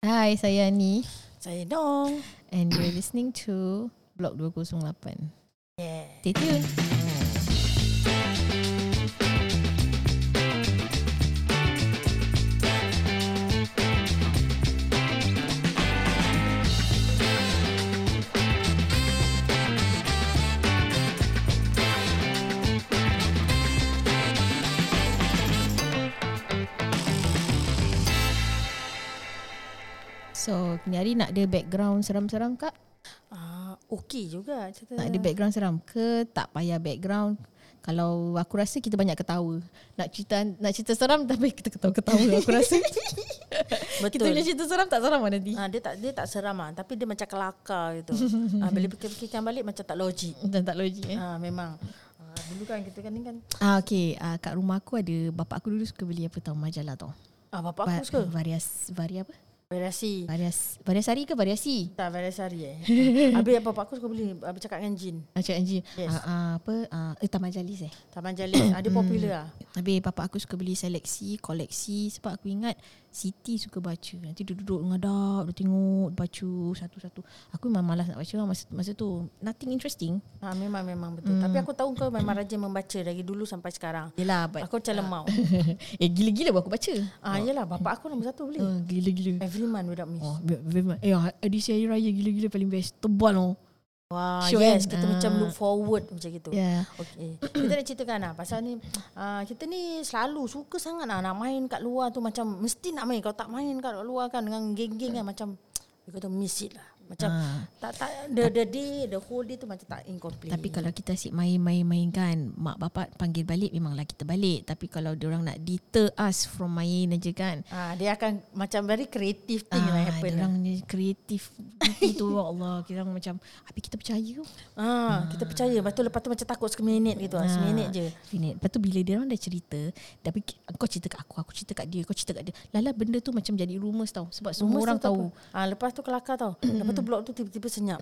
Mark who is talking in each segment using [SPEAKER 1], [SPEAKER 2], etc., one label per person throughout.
[SPEAKER 1] Hai, saya Ani
[SPEAKER 2] Saya dong.
[SPEAKER 1] and you're listening to Blog 208.
[SPEAKER 2] Yeah.
[SPEAKER 1] Stay tuned. So, ni hari nak ada background seram-seram kak?
[SPEAKER 2] Ah, okey juga cerita.
[SPEAKER 1] Tak ada background seram ke Tak payah background Kalau aku rasa kita banyak ketawa Nak cerita nak cerita seram Tapi kita ketawa-ketawa lah, Aku rasa Kita
[SPEAKER 2] Betul.
[SPEAKER 1] punya cerita seram tak seram lah nanti
[SPEAKER 2] Ah, dia tak dia tak seram ah, tapi dia macam kelakar gitu. ah, bila fikir-fikirkan balik macam tak logik.
[SPEAKER 1] Dan tak logik eh
[SPEAKER 2] Ah, memang. Ah, dulu kan kita kan ni kan
[SPEAKER 1] ah, Okay ah, Kat rumah aku ada Bapak aku dulu suka beli apa tau Majalah tau
[SPEAKER 2] ah bapak aku suka
[SPEAKER 1] Varias Vari apa?
[SPEAKER 2] variasi.
[SPEAKER 1] Varias Varias hari ke variasi?
[SPEAKER 2] Tak variasi hari eh. Habis bapak aku suka beli habis cakap dengan jin.
[SPEAKER 1] Ah, Cik Anji yes.
[SPEAKER 2] Yes.
[SPEAKER 1] ah, ah, Apa ah, Eh Taman Jalis eh
[SPEAKER 2] Taman Jalil. ah, dia popular ah.
[SPEAKER 1] Habis papa aku suka beli seleksi, koleksi sebab aku ingat Siti suka baca. Nanti duduk-duduk ngadap, dia tengok, dia baca satu-satu. Aku memang malas nak baca lah masa, masa tu. Nothing interesting.
[SPEAKER 2] Ah, memang memang betul.
[SPEAKER 1] Hmm.
[SPEAKER 2] Tapi aku tahu kau memang rajin membaca dari dulu sampai sekarang.
[SPEAKER 1] Yelah, Ya, but
[SPEAKER 2] Aku macam lemau.
[SPEAKER 1] eh gila-gila baru aku baca.
[SPEAKER 2] Ah, yelah bapak aku nombor satu beli.
[SPEAKER 1] Uh, gila-gila.
[SPEAKER 2] Every month without miss.
[SPEAKER 1] Oh, be- memang. Eh, edisi Hari Raya gila-gila paling best. Tebal oh.
[SPEAKER 2] Wah,
[SPEAKER 1] Sure
[SPEAKER 2] yes,
[SPEAKER 1] kan?
[SPEAKER 2] kita macam
[SPEAKER 1] Ah.
[SPEAKER 2] look forward macam gitu.
[SPEAKER 1] Ya. Yeah.
[SPEAKER 2] Okey. Kita nak ceritakan lah pasal ni uh, kita ni selalu suka sangat lah nak main kat luar tu macam mesti nak main kalau tak main kat luar kan dengan geng-geng kan macam dia kata miss it lah. Macam
[SPEAKER 1] Ah.
[SPEAKER 2] tak tak the the day the whole day tu macam tak incomplete.
[SPEAKER 1] Tapi kalau kita asyik main-main-main kan, mak bapak panggil balik memanglah kita balik. Tapi kalau diorang nak deter us from main aja kan,
[SPEAKER 2] Ah, dia akan macam very creative thing lah happen. lah.
[SPEAKER 1] Ah, Orang ni kreatif itu Allah. Kita orang macam habis kita percaya.
[SPEAKER 2] Ah, kita percaya. Lepas tu lepas tu macam takut seminit gitu lah.
[SPEAKER 1] Ah.
[SPEAKER 2] Seminit je.
[SPEAKER 1] Minit. Lepas tu bila dia orang dah cerita, tapi ki- kau cerita kat aku, aku cerita kat dia, kau cerita kat dia. Lala benda tu macam jadi rumours tau sebab semua
[SPEAKER 2] Rumours
[SPEAKER 1] orang
[SPEAKER 2] tu tak
[SPEAKER 1] tahu.
[SPEAKER 2] apa. Ah, lepas tu kelakar tau. lepas tu blok tu tiba-tiba senyap.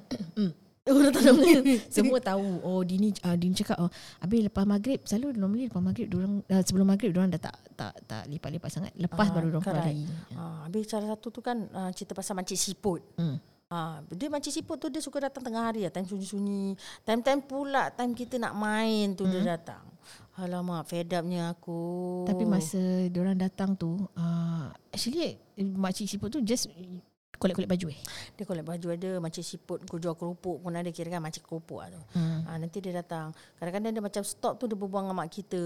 [SPEAKER 1] semua tahu. Oh Dini uh, Dini cakap oh, habis lepas maghrib selalu normally lepas maghrib orang uh, sebelum maghrib orang dah tak tak tak lipat-lipat sangat. Lepas
[SPEAKER 2] Ah,
[SPEAKER 1] baru orang
[SPEAKER 2] correct.
[SPEAKER 1] kembali.
[SPEAKER 2] Ah, habis cara satu tu kan ah, cerita pasal makcik siput.
[SPEAKER 1] Hmm.
[SPEAKER 2] Ah, dia makcik siput tu dia suka datang tengah hari lah. Time sunyi-sunyi. Time-time pula time kita nak main tu hmm. dia datang. Alamak, fed upnya aku.
[SPEAKER 1] Tapi masa orang datang tu uh, actually makcik siput tu just kolek-kolek baju eh.
[SPEAKER 2] Dia kolek baju ada, makcik siput, aku jual kerupuk pun ada. Kira kan makcik kerupuk lah tu.
[SPEAKER 1] Hmm.
[SPEAKER 2] Ha, nanti dia datang. Kadang-kadang dia macam stop tu dia berbual dengan mak kita.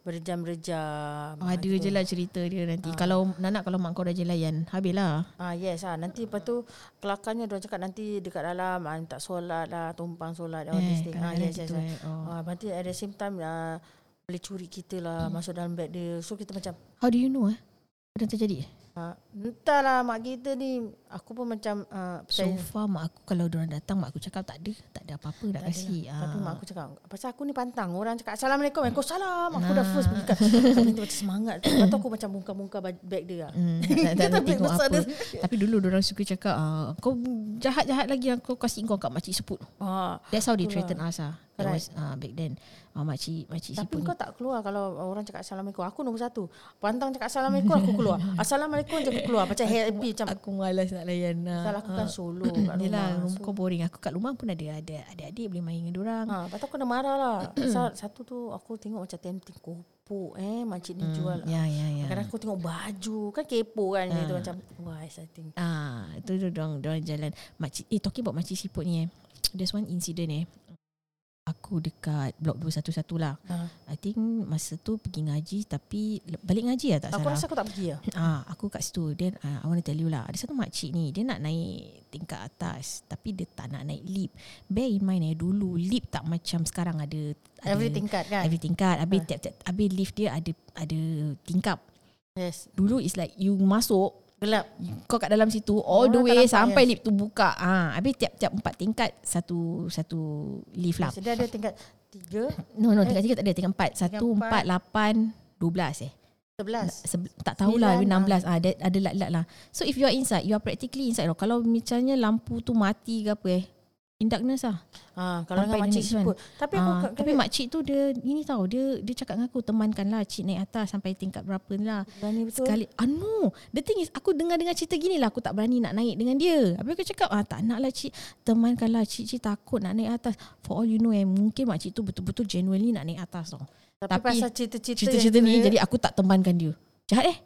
[SPEAKER 2] Berjam-rejam.
[SPEAKER 1] Oh, ada je lah cerita dia nanti. Ha. Kalau Nana kalau mak kau dah je layan, lah. habislah.
[SPEAKER 2] Ah yes ah nanti lepas tu kelakarnya dia cakap nanti dekat dalam ah, tak solat lah tumpang solat all this thing. Ah
[SPEAKER 1] kadang-kadang
[SPEAKER 2] yes yes.
[SPEAKER 1] gitu,
[SPEAKER 2] yes.
[SPEAKER 1] eh. Oh.
[SPEAKER 2] Ah nanti at the same time ah, boleh curi kita lah masuk dalam beg dia. So kita macam
[SPEAKER 1] How do you know eh? Dah terjadi? eh?
[SPEAKER 2] ah, entahlah mak kita ni aku pun macam ah,
[SPEAKER 1] So
[SPEAKER 2] percaya
[SPEAKER 1] far mak aku kalau orang datang mak aku cakap tak ada, tak ada apa-apa nak
[SPEAKER 2] Tak
[SPEAKER 1] kasi.
[SPEAKER 2] adalah. Tapi
[SPEAKER 1] Ah.
[SPEAKER 2] mak aku cakap Pasal aku ni pantang Orang cakap Assalamualaikum Aku salam Aku dah first pergi kat Kat pintu macam semangat tu. Lepas tu aku macam Bungkar-bungkar baj- beg dia lah.
[SPEAKER 1] Hmm, tak, tak,
[SPEAKER 2] Dia
[SPEAKER 1] tak
[SPEAKER 2] tak
[SPEAKER 1] tengok
[SPEAKER 2] besar
[SPEAKER 1] apa.
[SPEAKER 2] dia.
[SPEAKER 1] Tapi dulu orang suka cakap ah, kau jahat-jahat lagi aku kasih kau kat makcik seput.
[SPEAKER 2] ah,
[SPEAKER 1] That's how they
[SPEAKER 2] Itulah.
[SPEAKER 1] threaten us ah. That
[SPEAKER 2] Correct.
[SPEAKER 1] was ah, back then. Ah, makcik makcik
[SPEAKER 2] Tapi
[SPEAKER 1] siput ni.
[SPEAKER 2] kau tak keluar kalau orang cakap Assalamualaikum. Aku nombor satu. Pantang cakap Assalamualaikum, aku keluar. Assalamualaikum, je aku keluar. Macam happy, macam
[SPEAKER 1] aku malas nak layan. ah.
[SPEAKER 2] pasal aku kan
[SPEAKER 1] Ah,
[SPEAKER 2] solo kat rumah.
[SPEAKER 1] Yelah, rumah
[SPEAKER 2] So,
[SPEAKER 1] kau boring. Aku kat rumah pun ada ada adik-adik boleh main dengan orang.
[SPEAKER 2] ha, lepas tu aku kena marah lah. Pasal satu tu aku tengok macam tempting kopok eh. Makcik ni jual.
[SPEAKER 1] Ya, Ah. ya, ya.
[SPEAKER 2] Kadang aku tengok baju. Kan kepo kan. Dia tu macam, wah exciting.
[SPEAKER 1] Ah, tu tu dong dong jalan. Makcik, eh talking about makcik siput ni eh. There's one incident eh. Aku dekat blok 211 lah.
[SPEAKER 2] Ha.
[SPEAKER 1] I think masa tu pergi ngaji tapi le- balik ngaji lah tak
[SPEAKER 2] Aku
[SPEAKER 1] salah.
[SPEAKER 2] rasa aku tak pergi lah.
[SPEAKER 1] ah, aku kat situ then ah, I want to tell you lah. Ada satu makcik ni, dia nak naik tingkat atas tapi dia tak nak naik lift. Bear in mind eh dulu lift tak macam sekarang ada, ada
[SPEAKER 2] Every tingkat kan.
[SPEAKER 1] Every tingkat. Habis tiap-tiap habis lift dia ada ada tingkap.
[SPEAKER 2] Yes.
[SPEAKER 1] Dulu is like you masuk
[SPEAKER 2] Gelap.
[SPEAKER 1] kau kat dalam situ all the
[SPEAKER 2] Orang tak
[SPEAKER 1] way
[SPEAKER 2] nampak,
[SPEAKER 1] sampai
[SPEAKER 2] yes.
[SPEAKER 1] lift tu buka. Ah, ha, habis tiap-tiap empat tingkat satu satu lift lah.
[SPEAKER 2] Yes, dia ada tingkat tiga,
[SPEAKER 1] No no tingkat tiga tak ada tingkat empat. Satu
[SPEAKER 2] Tingkat empat.
[SPEAKER 1] empat lapan dua belas eh.
[SPEAKER 2] sebelas.
[SPEAKER 1] Sebe- tak tahulah
[SPEAKER 2] Sembilan,
[SPEAKER 1] enam belas ah ada ada lah. lat-lat lah. So if you are inside, you are practically inside. Tau. Kalau misalnya lampu tu mati ke apa eh, Indakness lah
[SPEAKER 2] Ha, kalau
[SPEAKER 1] Sampai
[SPEAKER 2] dengan
[SPEAKER 1] the
[SPEAKER 2] makcik
[SPEAKER 1] next
[SPEAKER 2] kita.
[SPEAKER 1] one.
[SPEAKER 2] Tapi aku
[SPEAKER 1] Ah,
[SPEAKER 2] kat-
[SPEAKER 1] Tapi makcik tu dia Ini tau Dia dia cakap dengan aku Temankanlah cik naik atas Sampai tingkat berapa ni lah
[SPEAKER 2] Berani betul.
[SPEAKER 1] Sekali Ah no The thing is Aku dengar-dengar cerita gini lah Aku tak berani nak naik dengan dia Habis aku cakap ah, Tak nak lah cik Temankanlah cik-cik takut nak naik atas For all you know eh Mungkin makcik tu betul-betul Genuinely nak naik atas tau
[SPEAKER 2] tapi,
[SPEAKER 1] tapi
[SPEAKER 2] pasal cerita-cerita
[SPEAKER 1] Cerita-cerita
[SPEAKER 2] yang
[SPEAKER 1] ni
[SPEAKER 2] dia-
[SPEAKER 1] Jadi aku tak temankan dia Jahat eh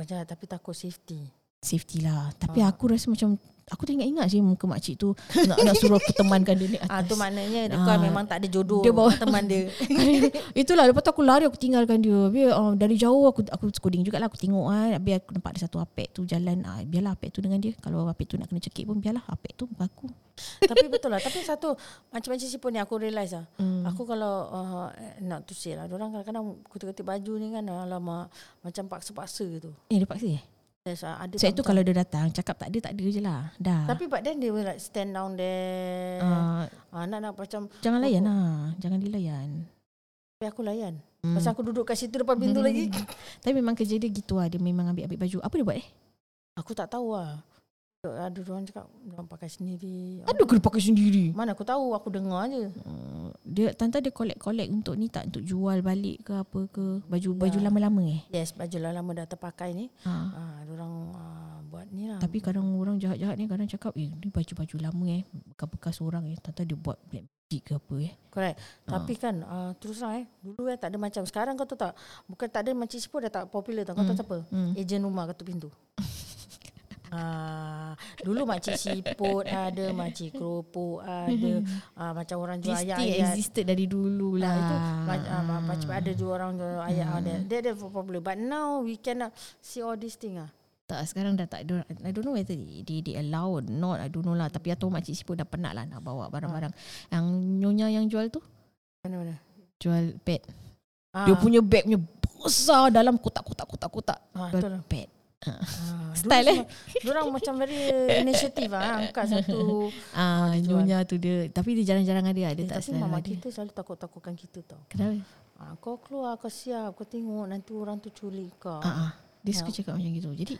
[SPEAKER 2] Macam, tapi takut safety.
[SPEAKER 1] Safety lah Tapi
[SPEAKER 2] Ah.
[SPEAKER 1] aku rasa macam Aku teringat-ingat je Muka makcik tu Nak, nak suruh aku temankan dia naik atas
[SPEAKER 2] Ah tu maknanya ha.
[SPEAKER 1] Ah.
[SPEAKER 2] kau memang tak ada jodoh
[SPEAKER 1] Dia bawa-
[SPEAKER 2] teman dia.
[SPEAKER 1] Itulah lepas tu aku lari aku tinggalkan dia. Habis uh, dari jauh aku aku skoding jugalah aku tengok kan. Habis aku nampak ada satu apek tu jalan. Uh, biarlah apek tu dengan dia. Kalau apek tu nak kena cekik pun biarlah apek tu muka aku.
[SPEAKER 2] tapi betul lah. Tapi satu macam-macam si pun ni aku realise lah.
[SPEAKER 1] Hmm.
[SPEAKER 2] Aku kalau uh, not to say lah. Orang kadang-kadang kutip-kutip baju ni kan alamak macam paksa-paksa tu.
[SPEAKER 1] Eh dia paksa eh.
[SPEAKER 2] Yes, ah, ada
[SPEAKER 1] Sebab tu
[SPEAKER 2] tak macam-
[SPEAKER 1] kalau dia datang cakap tak ada tak ada je lah. Dah.
[SPEAKER 2] tapi but then they will like stand down there.
[SPEAKER 1] uh,
[SPEAKER 2] Uh. Ah, nak nak macam
[SPEAKER 1] jangan
[SPEAKER 2] aku-
[SPEAKER 1] layan lah. Jangan dilayan.
[SPEAKER 2] tapi aku layan.
[SPEAKER 1] Hmm.
[SPEAKER 2] Pasal aku duduk kat situ depan pintu
[SPEAKER 1] Hmm.
[SPEAKER 2] lagi.
[SPEAKER 1] Tapi memang kerja dia gitu lah. Dia memang ambil-ambil baju. Apa dia buat eh?
[SPEAKER 2] Aku tak tahu lah. Ada orang cakap orang pakai sendiri.
[SPEAKER 1] Ada kena pakai sendiri.
[SPEAKER 2] Mana aku tahu aku dengar je.
[SPEAKER 1] Uh, dia tante dia collect-collect untuk ni tak untuk jual balik ke apa ke baju baju
[SPEAKER 2] Ya.
[SPEAKER 1] lama-lama eh.
[SPEAKER 2] Yes, baju lah lama dah terpakai ni.
[SPEAKER 1] Ha.
[SPEAKER 2] Ah, orang ah, buat ni lah.
[SPEAKER 1] Tapi kadang orang jahat-jahat ni kadang cakap eh ni baju-baju lama eh bekas-bekas orang eh tata dia buat black magic ke apa eh.
[SPEAKER 2] Correct.
[SPEAKER 1] Ah.
[SPEAKER 2] Tapi kan uh, terus terang eh dulu eh tak ada macam sekarang kau tahu tak? Bukan tak ada macam siapa dah tak popular tau. Kau tahu
[SPEAKER 1] Hmm.
[SPEAKER 2] siapa?
[SPEAKER 1] Hmm.
[SPEAKER 2] Ejen rumah ketuk pintu. Ah, dulu makcik siput ada, makcik keropok
[SPEAKER 1] Hmm.
[SPEAKER 2] ada, ah, macam orang jual
[SPEAKER 1] Dia still
[SPEAKER 2] ayat-ayat.
[SPEAKER 1] existed dari dulu lah.
[SPEAKER 2] Ah, itu
[SPEAKER 1] Mac-
[SPEAKER 2] mac- ah, ma- macam ada dua orang jual ayat hmm. ada. Dia ada popular. But now we cannot see all these thing ah.
[SPEAKER 1] tak sekarang dah tak ada I don't know whether they, they, they allow or not I don't know lah tapi atau makcik siput dah penat lah nak bawa barang-barang. Yang nyonya yang jual tu
[SPEAKER 2] Mana mana.
[SPEAKER 1] jual pet.
[SPEAKER 2] Ah,
[SPEAKER 1] Dia punya bag punya besar dalam kotak-kotak-kotak-kotak.
[SPEAKER 2] ah,
[SPEAKER 1] Jual
[SPEAKER 2] tu lah.
[SPEAKER 1] pet.
[SPEAKER 2] Ah,
[SPEAKER 1] Style eh.
[SPEAKER 2] Orang macam very inisiatif ah angkat satu
[SPEAKER 1] Ah
[SPEAKER 2] dia jual.
[SPEAKER 1] nyonya tu dia tapi dia jarang-jarang ada lah. dia
[SPEAKER 2] Eh,
[SPEAKER 1] tak
[SPEAKER 2] tapi
[SPEAKER 1] selalu
[SPEAKER 2] mama
[SPEAKER 1] ada.
[SPEAKER 2] kita selalu takut-takutkan kita tau.
[SPEAKER 1] Kenapa?
[SPEAKER 2] Ha, kau keluar, kau siap, kau tengok nanti orang tu culik kau.
[SPEAKER 1] Ah, ah. Dia suka
[SPEAKER 2] Ya.
[SPEAKER 1] cakap macam gitu. Jadi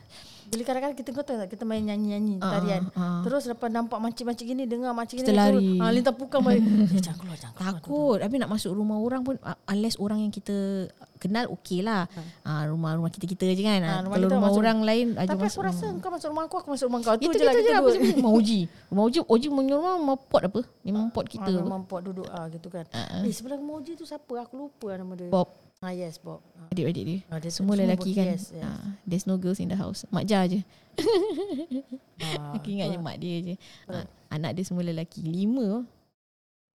[SPEAKER 2] Bila kadang-kadang kita kau tahu tak, kita main nyanyi-nyanyi
[SPEAKER 1] ah,
[SPEAKER 2] tarian.
[SPEAKER 1] ah.
[SPEAKER 2] Terus lepas nampak makcik-makcik gini, dengar makcik
[SPEAKER 1] Kita
[SPEAKER 2] gini.
[SPEAKER 1] lari.
[SPEAKER 2] Ha, lintar pukang balik. eh, jangan keluar, jangan keluar.
[SPEAKER 1] Takut Habis nak masuk rumah orang pun uh, Unless orang yang kita Kenal okey lah ha. Rumah-rumah kita-kita je kan ha,
[SPEAKER 2] Ah, rumah
[SPEAKER 1] Kalau
[SPEAKER 2] kita
[SPEAKER 1] rumah
[SPEAKER 2] masuk-
[SPEAKER 1] orang lain
[SPEAKER 2] Tapi
[SPEAKER 1] ajak
[SPEAKER 2] aku
[SPEAKER 1] masuk
[SPEAKER 2] rasa
[SPEAKER 1] rumah.
[SPEAKER 2] kau masuk rumah aku, aku masuk rumah kau.
[SPEAKER 1] Itu
[SPEAKER 2] Itu je
[SPEAKER 1] kita
[SPEAKER 2] lah
[SPEAKER 1] je
[SPEAKER 2] kita
[SPEAKER 1] lah
[SPEAKER 2] buat.
[SPEAKER 1] Rumah Oji Rumah Oji Oji punya rumah Rumah pot apa Memang pot
[SPEAKER 2] Kita
[SPEAKER 1] kita apa?
[SPEAKER 2] Ah, memang pot duduk ah gitu kan.
[SPEAKER 1] Ah, ah.
[SPEAKER 2] Eh sebelah Moji tu siapa? Aku lupa nama dia.
[SPEAKER 1] Bob
[SPEAKER 2] Ah yes, Bob. Ah,
[SPEAKER 1] Adik-adik dia
[SPEAKER 2] Ah, dia tu
[SPEAKER 1] Semua lelaki
[SPEAKER 2] bo-
[SPEAKER 1] kan
[SPEAKER 2] Yes, yes.
[SPEAKER 1] Ah, There's no girls in the house Mak Jah je
[SPEAKER 2] Ah,
[SPEAKER 1] Aku ingat je
[SPEAKER 2] itulah.
[SPEAKER 1] mak dia je Ah, Anak dia semua lelaki Lima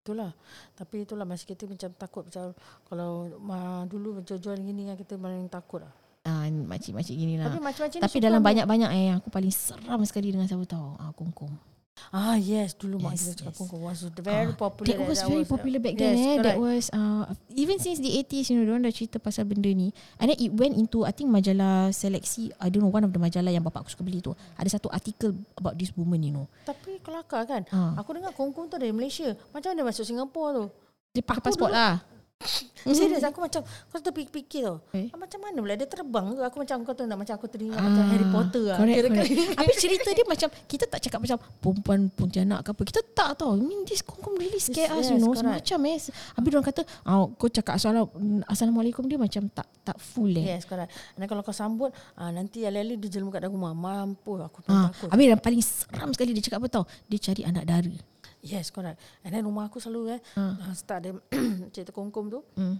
[SPEAKER 2] Itulah. Tapi itulah masa kita macam takut macam kalau ah, dulu berjual-jual gini kan kita paling takut lah.
[SPEAKER 1] ah, Makcik-makcik gini
[SPEAKER 2] Tapi
[SPEAKER 1] lah
[SPEAKER 2] macam-macam ni
[SPEAKER 1] Tapi
[SPEAKER 2] suka
[SPEAKER 1] dalam
[SPEAKER 2] ambil.
[SPEAKER 1] banyak-banyak eh Aku paling seram sekali dengan siapa tahu ah, Kongkong
[SPEAKER 2] Ah yes, dulu mak
[SPEAKER 1] Yes,
[SPEAKER 2] kita
[SPEAKER 1] yes.
[SPEAKER 2] cakap yes. was
[SPEAKER 1] Ah,
[SPEAKER 2] very popular.
[SPEAKER 1] That was
[SPEAKER 2] at
[SPEAKER 1] very
[SPEAKER 2] ours.
[SPEAKER 1] popular back
[SPEAKER 2] Yes,
[SPEAKER 1] then eh. That
[SPEAKER 2] correct.
[SPEAKER 1] was uh, even since the 80s you know diorang dah cerita pasal benda ni. And then it went into I think majalah seleksi I don't know one of the majalah yang bapak aku suka beli tu. Ada satu artikel about this woman you know.
[SPEAKER 2] Tapi kelakar kan.
[SPEAKER 1] Ha.
[SPEAKER 2] Aku dengar kongkong tu dari Malaysia. Macam mana masuk Singapura tu?
[SPEAKER 1] Dia pakai pasport
[SPEAKER 2] dulu-
[SPEAKER 1] lah.
[SPEAKER 2] Serius aku macam kau terfikir-fikir tau.
[SPEAKER 1] Eh. Ah,
[SPEAKER 2] Ah, Macam mana pula dia terbang ke? Aku macam kau tu nak macam aku teringat macam Harry Potter lah.
[SPEAKER 1] Correct,
[SPEAKER 2] Kira-kira-
[SPEAKER 1] correct. Habis cerita dia macam Kita tak cakap macam Perempuan Pontianak ke apa Kita tak tahu I mean this Kongkong really scare us
[SPEAKER 2] Yes,
[SPEAKER 1] You know
[SPEAKER 2] correct.
[SPEAKER 1] Macam eh Habis orang kata oh, Kau cakap assalam- Assalamualaikum Dia macam tak tak full eh
[SPEAKER 2] Yes, correct. Dan kalau kau sambut, ah, nanti alih-alih dia jelma kat dalam rumah. Mampu aku pun
[SPEAKER 1] Ha,
[SPEAKER 2] takut.
[SPEAKER 1] habis yang paling seram sekali dia cakap apa tau? Dia cari anak dara.
[SPEAKER 2] Yes, correct. And then rumah aku selalu eh, ah, start dia cerita kongkong tu,
[SPEAKER 1] Hmm.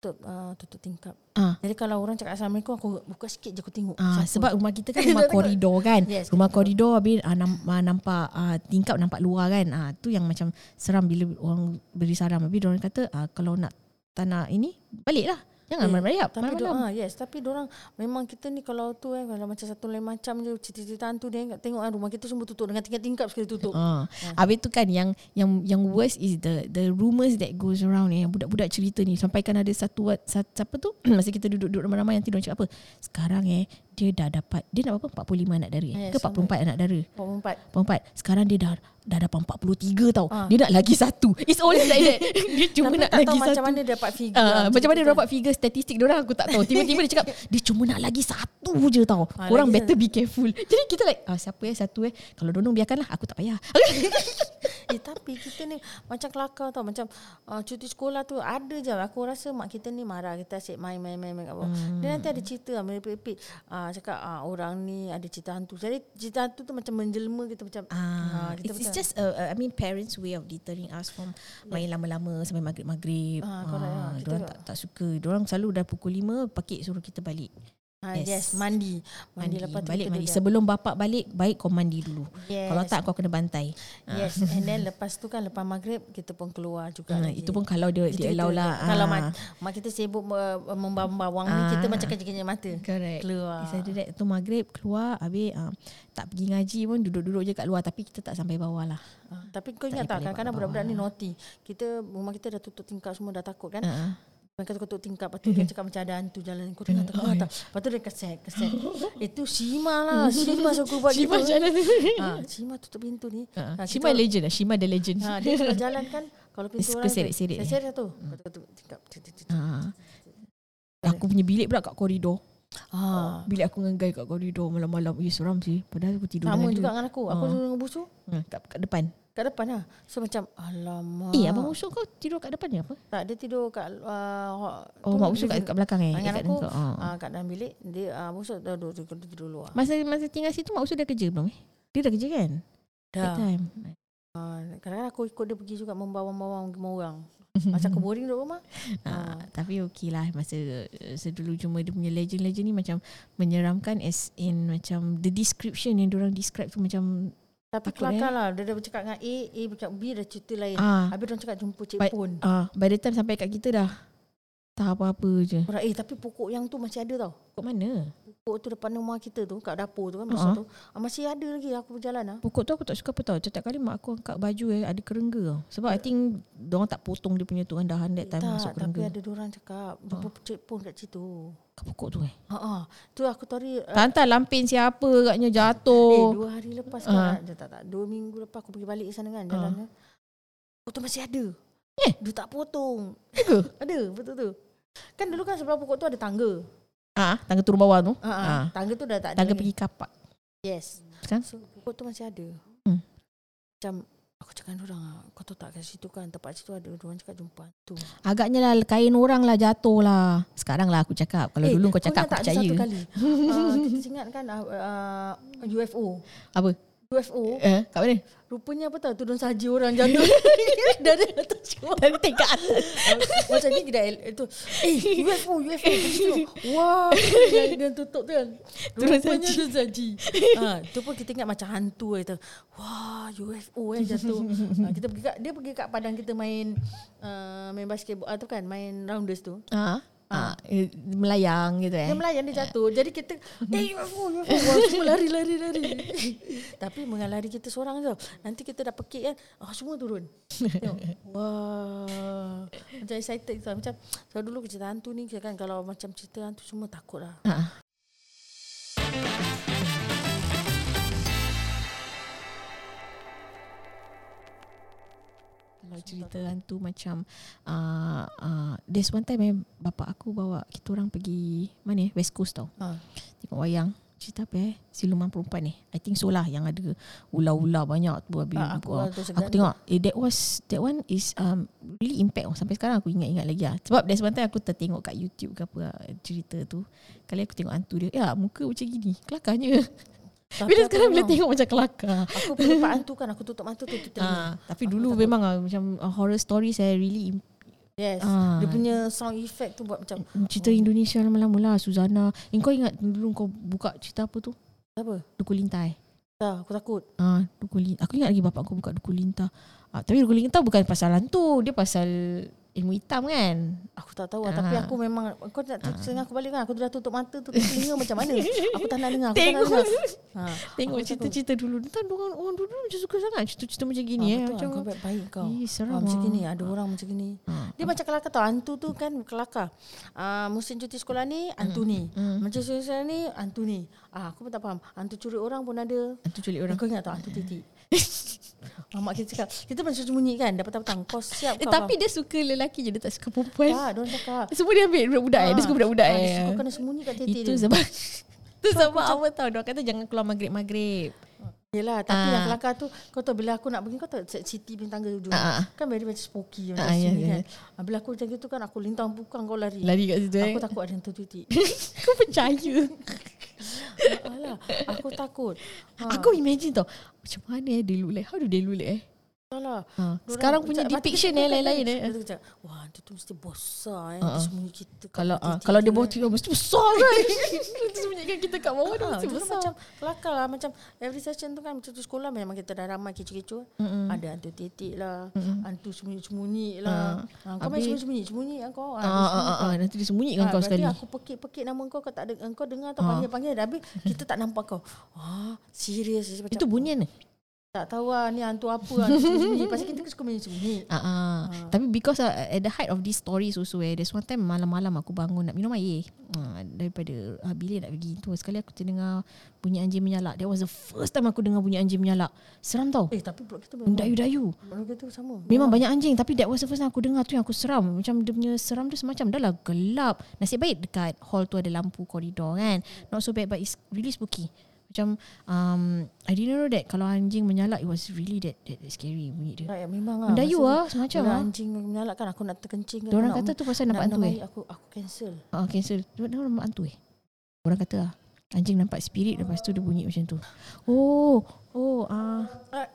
[SPEAKER 2] tutup, ah, tutup tingkap.
[SPEAKER 1] Ah.
[SPEAKER 2] Jadi kalau orang cakap Assalamualaikum, aku buka sikit je aku tengok.
[SPEAKER 1] Ah,
[SPEAKER 2] Siapa?
[SPEAKER 1] sebab rumah kita kan rumah koridor kan.
[SPEAKER 2] Yes,
[SPEAKER 1] rumah koridor habis ah, nam, ah, nampak ah, tingkap nampak luar kan. Ah tu yang macam seram bila orang beri salam. Habis orang kata ah, kalau nak tak nak ini baliklah. Jangan
[SPEAKER 2] Eh,
[SPEAKER 1] malam-malam.
[SPEAKER 2] Tapi
[SPEAKER 1] malam-malam.
[SPEAKER 2] doa yes tapi orang memang kita ni kalau tu eh kalau macam satu lain macam je cerita-cerita hantu dia ingat tengok kan rumah kita semua tutup dengan tingkap-tingkap sekali tutup.
[SPEAKER 1] Ah. Habis tu kan yang yang yang worst is the the rumors that goes around ni yang budak-budak cerita ni sampai kan ada satu wat- sat- siapa tu masa kita duduk-duduk ramai-ramai nanti dia cakap apa sekarang eh dia dah dapat dia nak berapa 45 anak dara eh?
[SPEAKER 2] Yes,
[SPEAKER 1] ke 44 anak dara
[SPEAKER 2] Empat empat.
[SPEAKER 1] Perempat Sekarang dia dah Dah dapat 43 tau
[SPEAKER 2] Ah.
[SPEAKER 1] Dia nak lagi satu It's always like that Dia cuma
[SPEAKER 2] Tapi
[SPEAKER 1] nak
[SPEAKER 2] tak
[SPEAKER 1] lagi
[SPEAKER 2] tahu
[SPEAKER 1] satu
[SPEAKER 2] macam mana dia dapat figure.
[SPEAKER 1] Ah, macam mana dia
[SPEAKER 2] cerita.
[SPEAKER 1] dapat figure statistik dia orang aku tak tahu. Tiba-tiba dia cakap dia cuma nak lagi satu je tau.
[SPEAKER 2] Ah,
[SPEAKER 1] orang
[SPEAKER 2] lagi
[SPEAKER 1] better be careful. Jadi kita like ah, siapa eh satu eh kalau donong biarkanlah aku tak payah.
[SPEAKER 2] eh, tapi kita ni macam kelakar tau. Macam uh, cuti sekolah tu ada je. Aku rasa mak kita ni marah. Kita asyik main-main-main kat bawah. Hmm. Dia nanti ada cerita lah. Merepek-repek. Uh, cakap uh, orang ni ada cerita hantu. Jadi cerita hantu tu macam menjelma kita macam.
[SPEAKER 1] Ah,
[SPEAKER 2] ah,
[SPEAKER 1] it's, it's just a, a, I mean parents way of deterring us from main lama-lama sampai maghrib-maghrib.
[SPEAKER 2] Ah, correct lah. Kita
[SPEAKER 1] Diorang
[SPEAKER 2] tak-
[SPEAKER 1] tak tak suka. Diorang selalu dah pukul 5 pakik suruh kita balik.
[SPEAKER 2] Ah, yes.
[SPEAKER 1] yes.
[SPEAKER 2] mandi.
[SPEAKER 1] Mandi,
[SPEAKER 2] lepas tu
[SPEAKER 1] balik
[SPEAKER 2] kita
[SPEAKER 1] mandi.
[SPEAKER 2] duduk.
[SPEAKER 1] Sebelum bapak balik, baik kau mandi dulu.
[SPEAKER 2] Yes.
[SPEAKER 1] Kalau tak kau kena bantai.
[SPEAKER 2] Yes. And then lepas tu kan lepas maghrib kita pun keluar juga.
[SPEAKER 1] Ah,
[SPEAKER 2] lagi.
[SPEAKER 1] itu pun kalau dia dia allow lah.
[SPEAKER 2] Kalau
[SPEAKER 1] Ah.
[SPEAKER 2] mak, mak kita sibuk uh, membawang ni kita macam kerja-kerja mata.
[SPEAKER 1] Correct
[SPEAKER 2] Keluar.
[SPEAKER 1] It's either that Tu maghrib keluar Habis uh, Tak pergi ngaji pun Duduk-duduk je kat luar Tapi kita tak sampai bawah lah
[SPEAKER 2] Ah, Tapi kau ingat tak kadang-kadang budak-budak ni naughty. Kita rumah kita dah tutup tingkap semua dah takut kan.
[SPEAKER 1] uh-huh.
[SPEAKER 2] Mereka ketuk tingkap Lepas tu dia
[SPEAKER 1] Hmm.
[SPEAKER 2] cakap macam ada hantu jalan Kau dengar tak? Ah, tak. Lepas tu dia keset, keset. Itu Shima lah. Shima suka buat
[SPEAKER 1] Hmm. Shima
[SPEAKER 2] gitu.
[SPEAKER 1] jalan
[SPEAKER 2] Ha, Shima tutup pintu ni.
[SPEAKER 1] uh-huh.
[SPEAKER 2] Ah,
[SPEAKER 1] Shima
[SPEAKER 2] kita-
[SPEAKER 1] legend lah Shima the legend
[SPEAKER 2] Ha, dia kalau jalan kan kalau pintu
[SPEAKER 1] Dia
[SPEAKER 2] orang
[SPEAKER 1] keseret-seret ni.
[SPEAKER 2] Seret tu. Lepas tu ketuk tingkap. Tuk, tuk, tuk, tuk.
[SPEAKER 1] Hmm. Ah. Aku punya bilik pula kat koridor
[SPEAKER 2] Ha.
[SPEAKER 1] Bilik aku dengan guy kat koridor Malam-malam Eh seram sih Padahal aku tidur dengan
[SPEAKER 2] Sama juga
[SPEAKER 1] dia
[SPEAKER 2] dengan aku. Aku
[SPEAKER 1] Ah.
[SPEAKER 2] duduk dengan busu
[SPEAKER 1] Ah, kat, kat depan
[SPEAKER 2] kat depan lah. So macam alamak.
[SPEAKER 1] Eh Abang Usul kau tidur kat depan ke apa?
[SPEAKER 2] Tak dia tidur kat uh,
[SPEAKER 1] Oh Mak Usul kat, kat belakang eh
[SPEAKER 2] Dengan
[SPEAKER 1] dekat
[SPEAKER 2] aku
[SPEAKER 1] dengan kau. Ah.
[SPEAKER 2] ah, kat dalam bilik dia ah, busuk dah duduk duduk, duduk luar.
[SPEAKER 1] Masa masa tinggal situ Mak Usul dah kerja belum eh? Dia dah kerja kan? That
[SPEAKER 2] Dah.
[SPEAKER 1] time
[SPEAKER 2] Ah, kadang-kadang aku ikut dia pergi juga membawang-bawang rumah orang. Macam aku boring duduk rumah.
[SPEAKER 1] Ah, tapi okey lah masa uh, sedulu cuma dia punya legend-legend ni macam menyeramkan as in macam the description yang diorang describe tu macam
[SPEAKER 2] Tapi
[SPEAKER 1] Takut,
[SPEAKER 2] kelakar lah. Dia dah bercakap dengan A, A bercakap B dah cerita lain.
[SPEAKER 1] ah
[SPEAKER 2] Habis dia cakap jumpa Cik
[SPEAKER 1] Baik.
[SPEAKER 2] Pun.
[SPEAKER 1] ah by the time sampai kat kita dah tak apa-apa je.
[SPEAKER 2] Orang, eh tapi pokok yang tu masih ada tau.
[SPEAKER 1] Pokok mana?
[SPEAKER 2] Pokok tu depan rumah kita tu kat dapur tu kan besar
[SPEAKER 1] Uh-huh.
[SPEAKER 2] tu. Ah, masih ada lagi aku berjalan ah.
[SPEAKER 1] Pokok tu aku tak suka apa tau. Setiap kali mak aku angkat baju eh ada kerengga tau. Sebab I think diorang tak potong dia punya tu rendahan that time masuk Ah.
[SPEAKER 2] Tak, tapi
[SPEAKER 1] kerengga.
[SPEAKER 2] ada orang cakap jumpa Cik Pun kat situ.
[SPEAKER 1] Kat pokok tu eh.
[SPEAKER 2] Ha ah. Tu aku tadi
[SPEAKER 1] Tak hantar lampin siapa katnya
[SPEAKER 2] Eh,
[SPEAKER 1] jatuh.
[SPEAKER 2] dua hari lepas kan.
[SPEAKER 1] Oh. Ah.
[SPEAKER 2] Tak, tak, tak. Dua minggu lepas aku pergi balik ke sana kan. Jalan kan. Pokok tu masih ada.
[SPEAKER 1] Eh?
[SPEAKER 2] Dia tak potong.
[SPEAKER 1] Eh, ke?
[SPEAKER 2] Ada, betul tu. Kan dulu kan sebelah pokok tu ada tangga.
[SPEAKER 1] Ah, tangga turun bawah tu.
[SPEAKER 2] Ha, ah.
[SPEAKER 1] Ah.
[SPEAKER 2] Tangga tu dah tak ada
[SPEAKER 1] Tangga
[SPEAKER 2] lagi.
[SPEAKER 1] pergi kapak.
[SPEAKER 2] Yes.
[SPEAKER 1] Sekarang?
[SPEAKER 2] So, pokok tu masih ada.
[SPEAKER 1] Hmm.
[SPEAKER 2] Macam, aku cakap dengan orang ah, kau tahu tak kat situ kan tempat situ ada orang cakap jumpa tu.
[SPEAKER 1] Agaknya lah kain orang lah jatuh lah. Sekarang lah aku cakap. Kalau eh, dulu kau cakap aku percaya.
[SPEAKER 2] Satu kali. uh, kita ingat kan uh, uh, UFO.
[SPEAKER 1] Apa?
[SPEAKER 2] UFO
[SPEAKER 1] Eh, kat mana?
[SPEAKER 2] rupanya apa tahu tudung saji orang jatuh dari atas rumah.
[SPEAKER 1] Dari tingkat atas.
[SPEAKER 2] Macam ni tidak itu. Eh, UFO, UFO. Begitu. Wah, dia, dia tutup tu kan.
[SPEAKER 1] Turun
[SPEAKER 2] Rupanya
[SPEAKER 1] saji.
[SPEAKER 2] tu saji. ha, tu pun kita ingat macam hantu itu. Wah, UFO eh jatuh. Ha, kita pergi kat, dia pergi kat padang kita main uh, main basketball uh, tu kan, main rounders tu.
[SPEAKER 1] Ha? Ha, eh, melayang gitu eh. Mm-hmm.
[SPEAKER 2] Ah. Dia melayan dia jatuh. Jadi kita eh UFO, UFO. Wah, semua lari lari lari. Tapi mengalari kita seorang je. Nanti kita dah pekik kan, ah semua turun. Tengok. Wah. Macam excited kita. Macam kalau dulu cerita hantu ni kita kan kalau macam cerita hantu semua takut lah.
[SPEAKER 1] Ha. Kalau cerita hantu macam uh, uh, There's one time eh, Bapak aku bawa Kita orang pergi Mana eh West Coast tau
[SPEAKER 2] Ha.
[SPEAKER 1] Tengok wayang Cerita apa eh Siluman perempuan ni eh. I think so lah Yang ada ular-ular banyak tu Habis
[SPEAKER 2] Ah, aku
[SPEAKER 1] ah,
[SPEAKER 2] tu segan
[SPEAKER 1] Aku tengok eh, That was That one is um, Really impact oh. Sampai sekarang aku ingat-ingat lagi lah Sebab there's one time Aku tertengok kat YouTube ke apa lah, Cerita tu Kali aku tengok hantu dia Ya muka macam gini Kelakarnya
[SPEAKER 2] Tapi
[SPEAKER 1] Bila
[SPEAKER 2] aku
[SPEAKER 1] sekarang bila
[SPEAKER 2] tengok,
[SPEAKER 1] tengok macam kelakar
[SPEAKER 2] Aku perempuan hantu kan aku tutup mata tu tutup telinga.
[SPEAKER 1] Ah, tapi dulu memang ah, macam ah, horror stories saya really im-
[SPEAKER 2] Yes.
[SPEAKER 1] Ah.
[SPEAKER 2] Dia punya sound effect tu buat macam
[SPEAKER 1] cerita Indonesia lama-lama lah Suzana. Eh, kau ingat dulu kau buka cerita apa tu?
[SPEAKER 2] apa?
[SPEAKER 1] Duku Lintai.
[SPEAKER 2] Tak, aku takut.
[SPEAKER 1] Ah, Duku Lintai. Aku ingat lagi bapak aku buka Duku Lintai. Ah, tapi Duku Lintai bukan pasal hantu, dia pasal ilmu hitam kan.
[SPEAKER 2] Aku tak tahu lah Tapi
[SPEAKER 1] Ah.
[SPEAKER 2] aku memang Kau nak tu- sengaja aku balik kan Aku dah tutup mata Tutup telinga macam mana Aku tak nak dengar Aku tak nak
[SPEAKER 1] Tengok.
[SPEAKER 2] dengar ha.
[SPEAKER 1] Tengok
[SPEAKER 2] Aku
[SPEAKER 1] cerita-cerita dulu. Entah orang orang dulu macam suka sangat cerita-cerita macam
[SPEAKER 2] Ini
[SPEAKER 1] gini
[SPEAKER 2] ha,
[SPEAKER 1] eh.
[SPEAKER 2] betul,
[SPEAKER 1] Macam
[SPEAKER 2] Kau baik-baik kau
[SPEAKER 1] Ih, seram
[SPEAKER 2] ha, Macam
[SPEAKER 1] ah.
[SPEAKER 2] gini Ada orang macam gini
[SPEAKER 1] Ah.
[SPEAKER 2] Dia macam kelakar tau Hantu tu kan kelakar uh, Musim cuti sekolah
[SPEAKER 1] Hmm.
[SPEAKER 2] ni Hantu ni Macam cuti sekolah ni Hantu ni ah, Aku pun tak faham Hantu curi orang pun ada
[SPEAKER 1] hantu culik
[SPEAKER 2] Eh,
[SPEAKER 1] orang.
[SPEAKER 2] Kau ingat tak Hantu titik Mak kita cakap Kita macam sembunyi kan Dah petang-petang Kau siap
[SPEAKER 1] Eh,
[SPEAKER 2] kau
[SPEAKER 1] tapi dia suka lelaki je, dia tak suka perempuan.
[SPEAKER 2] Tak Diorang cakap
[SPEAKER 1] Semua dia ambil budak-budak eh. Dia
[SPEAKER 2] Ya. Ah,
[SPEAKER 1] suka budak-budak
[SPEAKER 2] ah,
[SPEAKER 1] eh.
[SPEAKER 2] Dia suka kena sembunyi kat titik
[SPEAKER 1] Itu
[SPEAKER 2] dia
[SPEAKER 1] sebab Itu sebab apa tau Dia kata jangan keluar maghrib-maghrib
[SPEAKER 2] Yelah Tapi yang kelakar tu Kau tahu bila aku nak pergi Kau tahu city punya tangga hujung
[SPEAKER 1] Ah, ah.
[SPEAKER 2] Kan very very spooky Macam
[SPEAKER 1] Ah, ya,
[SPEAKER 2] sini
[SPEAKER 1] ya,
[SPEAKER 2] kan Ah, Bila aku macam gitu kan Aku lintang bukan kau lari
[SPEAKER 1] Lari kat situ eh
[SPEAKER 2] Aku takut ada yang tertitik
[SPEAKER 1] Kau percaya
[SPEAKER 2] Alah Aku takut ha.
[SPEAKER 1] Aku imagine tau Macam mana eh They look like How do they look like eh
[SPEAKER 2] Alah
[SPEAKER 1] ha.
[SPEAKER 2] Dorang-
[SPEAKER 1] Sekarang punya
[SPEAKER 2] Macam-
[SPEAKER 1] depiction eh
[SPEAKER 2] macam kita
[SPEAKER 1] Lain-lain
[SPEAKER 2] kan-
[SPEAKER 1] eh
[SPEAKER 2] kita cakap, Wah dia tu mesti besar eh
[SPEAKER 1] Ah,
[SPEAKER 2] Dia
[SPEAKER 1] ah.
[SPEAKER 2] sembunyi kita kat
[SPEAKER 1] Kalau ah,
[SPEAKER 2] titik
[SPEAKER 1] kalau dia
[SPEAKER 2] ni,
[SPEAKER 1] bawa
[SPEAKER 2] eh.
[SPEAKER 1] tiga Mesti besar kan Itu sembunyikan kita kat bawah Dia
[SPEAKER 2] Ah,
[SPEAKER 1] mesti
[SPEAKER 2] tu kan
[SPEAKER 1] besar
[SPEAKER 2] macam kelakar lah Macam every session tu kan Macam tu sekolah memang kita dah ramai kecoh-kecoh mm-hmm. Ada hantu titik lah mm-hmm. Hantu sembunyi-sembunyi lah ha, Kau main
[SPEAKER 1] Ah, Habis-
[SPEAKER 2] sembunyi-sembunyi Sembunyi kan kau
[SPEAKER 1] Ah,
[SPEAKER 2] ah,
[SPEAKER 1] ah, ah, ah,
[SPEAKER 2] sembunyi
[SPEAKER 1] Nanti dia sembunyikan
[SPEAKER 2] Ah,
[SPEAKER 1] kau
[SPEAKER 2] berarti
[SPEAKER 1] sekali
[SPEAKER 2] aku pekik-pekik nama kau kau tak ada kau dengar atau panggil-panggil dah habis kita tak nampak kau. Wah, serius macam
[SPEAKER 1] Itu bunyian eh
[SPEAKER 2] tak tahu lah ni hantu apa hantu sembunyi pasal kita suka main sembunyi.
[SPEAKER 1] Ah, ah. Tapi because uh, at the height of these stories also eh, there's one time malam-malam aku bangun nak minum air. Ah, daripada uh, bilik nak pergi tu sekali aku terdengar bunyi anjing menyalak. That was the first time aku dengar bunyi anjing menyalak. Seram tau.
[SPEAKER 2] Eh tapi blok kita memang
[SPEAKER 1] Mendayu-dayu.
[SPEAKER 2] blok kita sama.
[SPEAKER 1] Memang banyak anjing tapi that was the first time aku dengar tu yang aku seram. Macam dia punya seram tu semacam dah lah gelap. Nasib baik dekat hall tu ada lampu koridor kan. Not so bad but it's really spooky. Macam um, I didn't know that kalau anjing menyalak it was really that, that, that scary bunyi dia.
[SPEAKER 2] Right, memang lah.
[SPEAKER 1] Mendayu
[SPEAKER 2] Masa
[SPEAKER 1] ah
[SPEAKER 2] tu,
[SPEAKER 1] semacam
[SPEAKER 2] bila
[SPEAKER 1] ah.
[SPEAKER 2] anjing menyalak kan aku nak terkencing kan.
[SPEAKER 1] Diorang
[SPEAKER 2] aku nak-
[SPEAKER 1] kata tu pasal nampak
[SPEAKER 2] nak-
[SPEAKER 1] hantu
[SPEAKER 2] nak
[SPEAKER 1] eh?
[SPEAKER 2] baik, Aku aku cancel.
[SPEAKER 1] Ah, cancel. Dia dia orang nampak hantu eh. Orang kata ah, anjing nampak spirit lepas tu dia bunyi macam tu. Oh, oh ah.
[SPEAKER 2] Alright.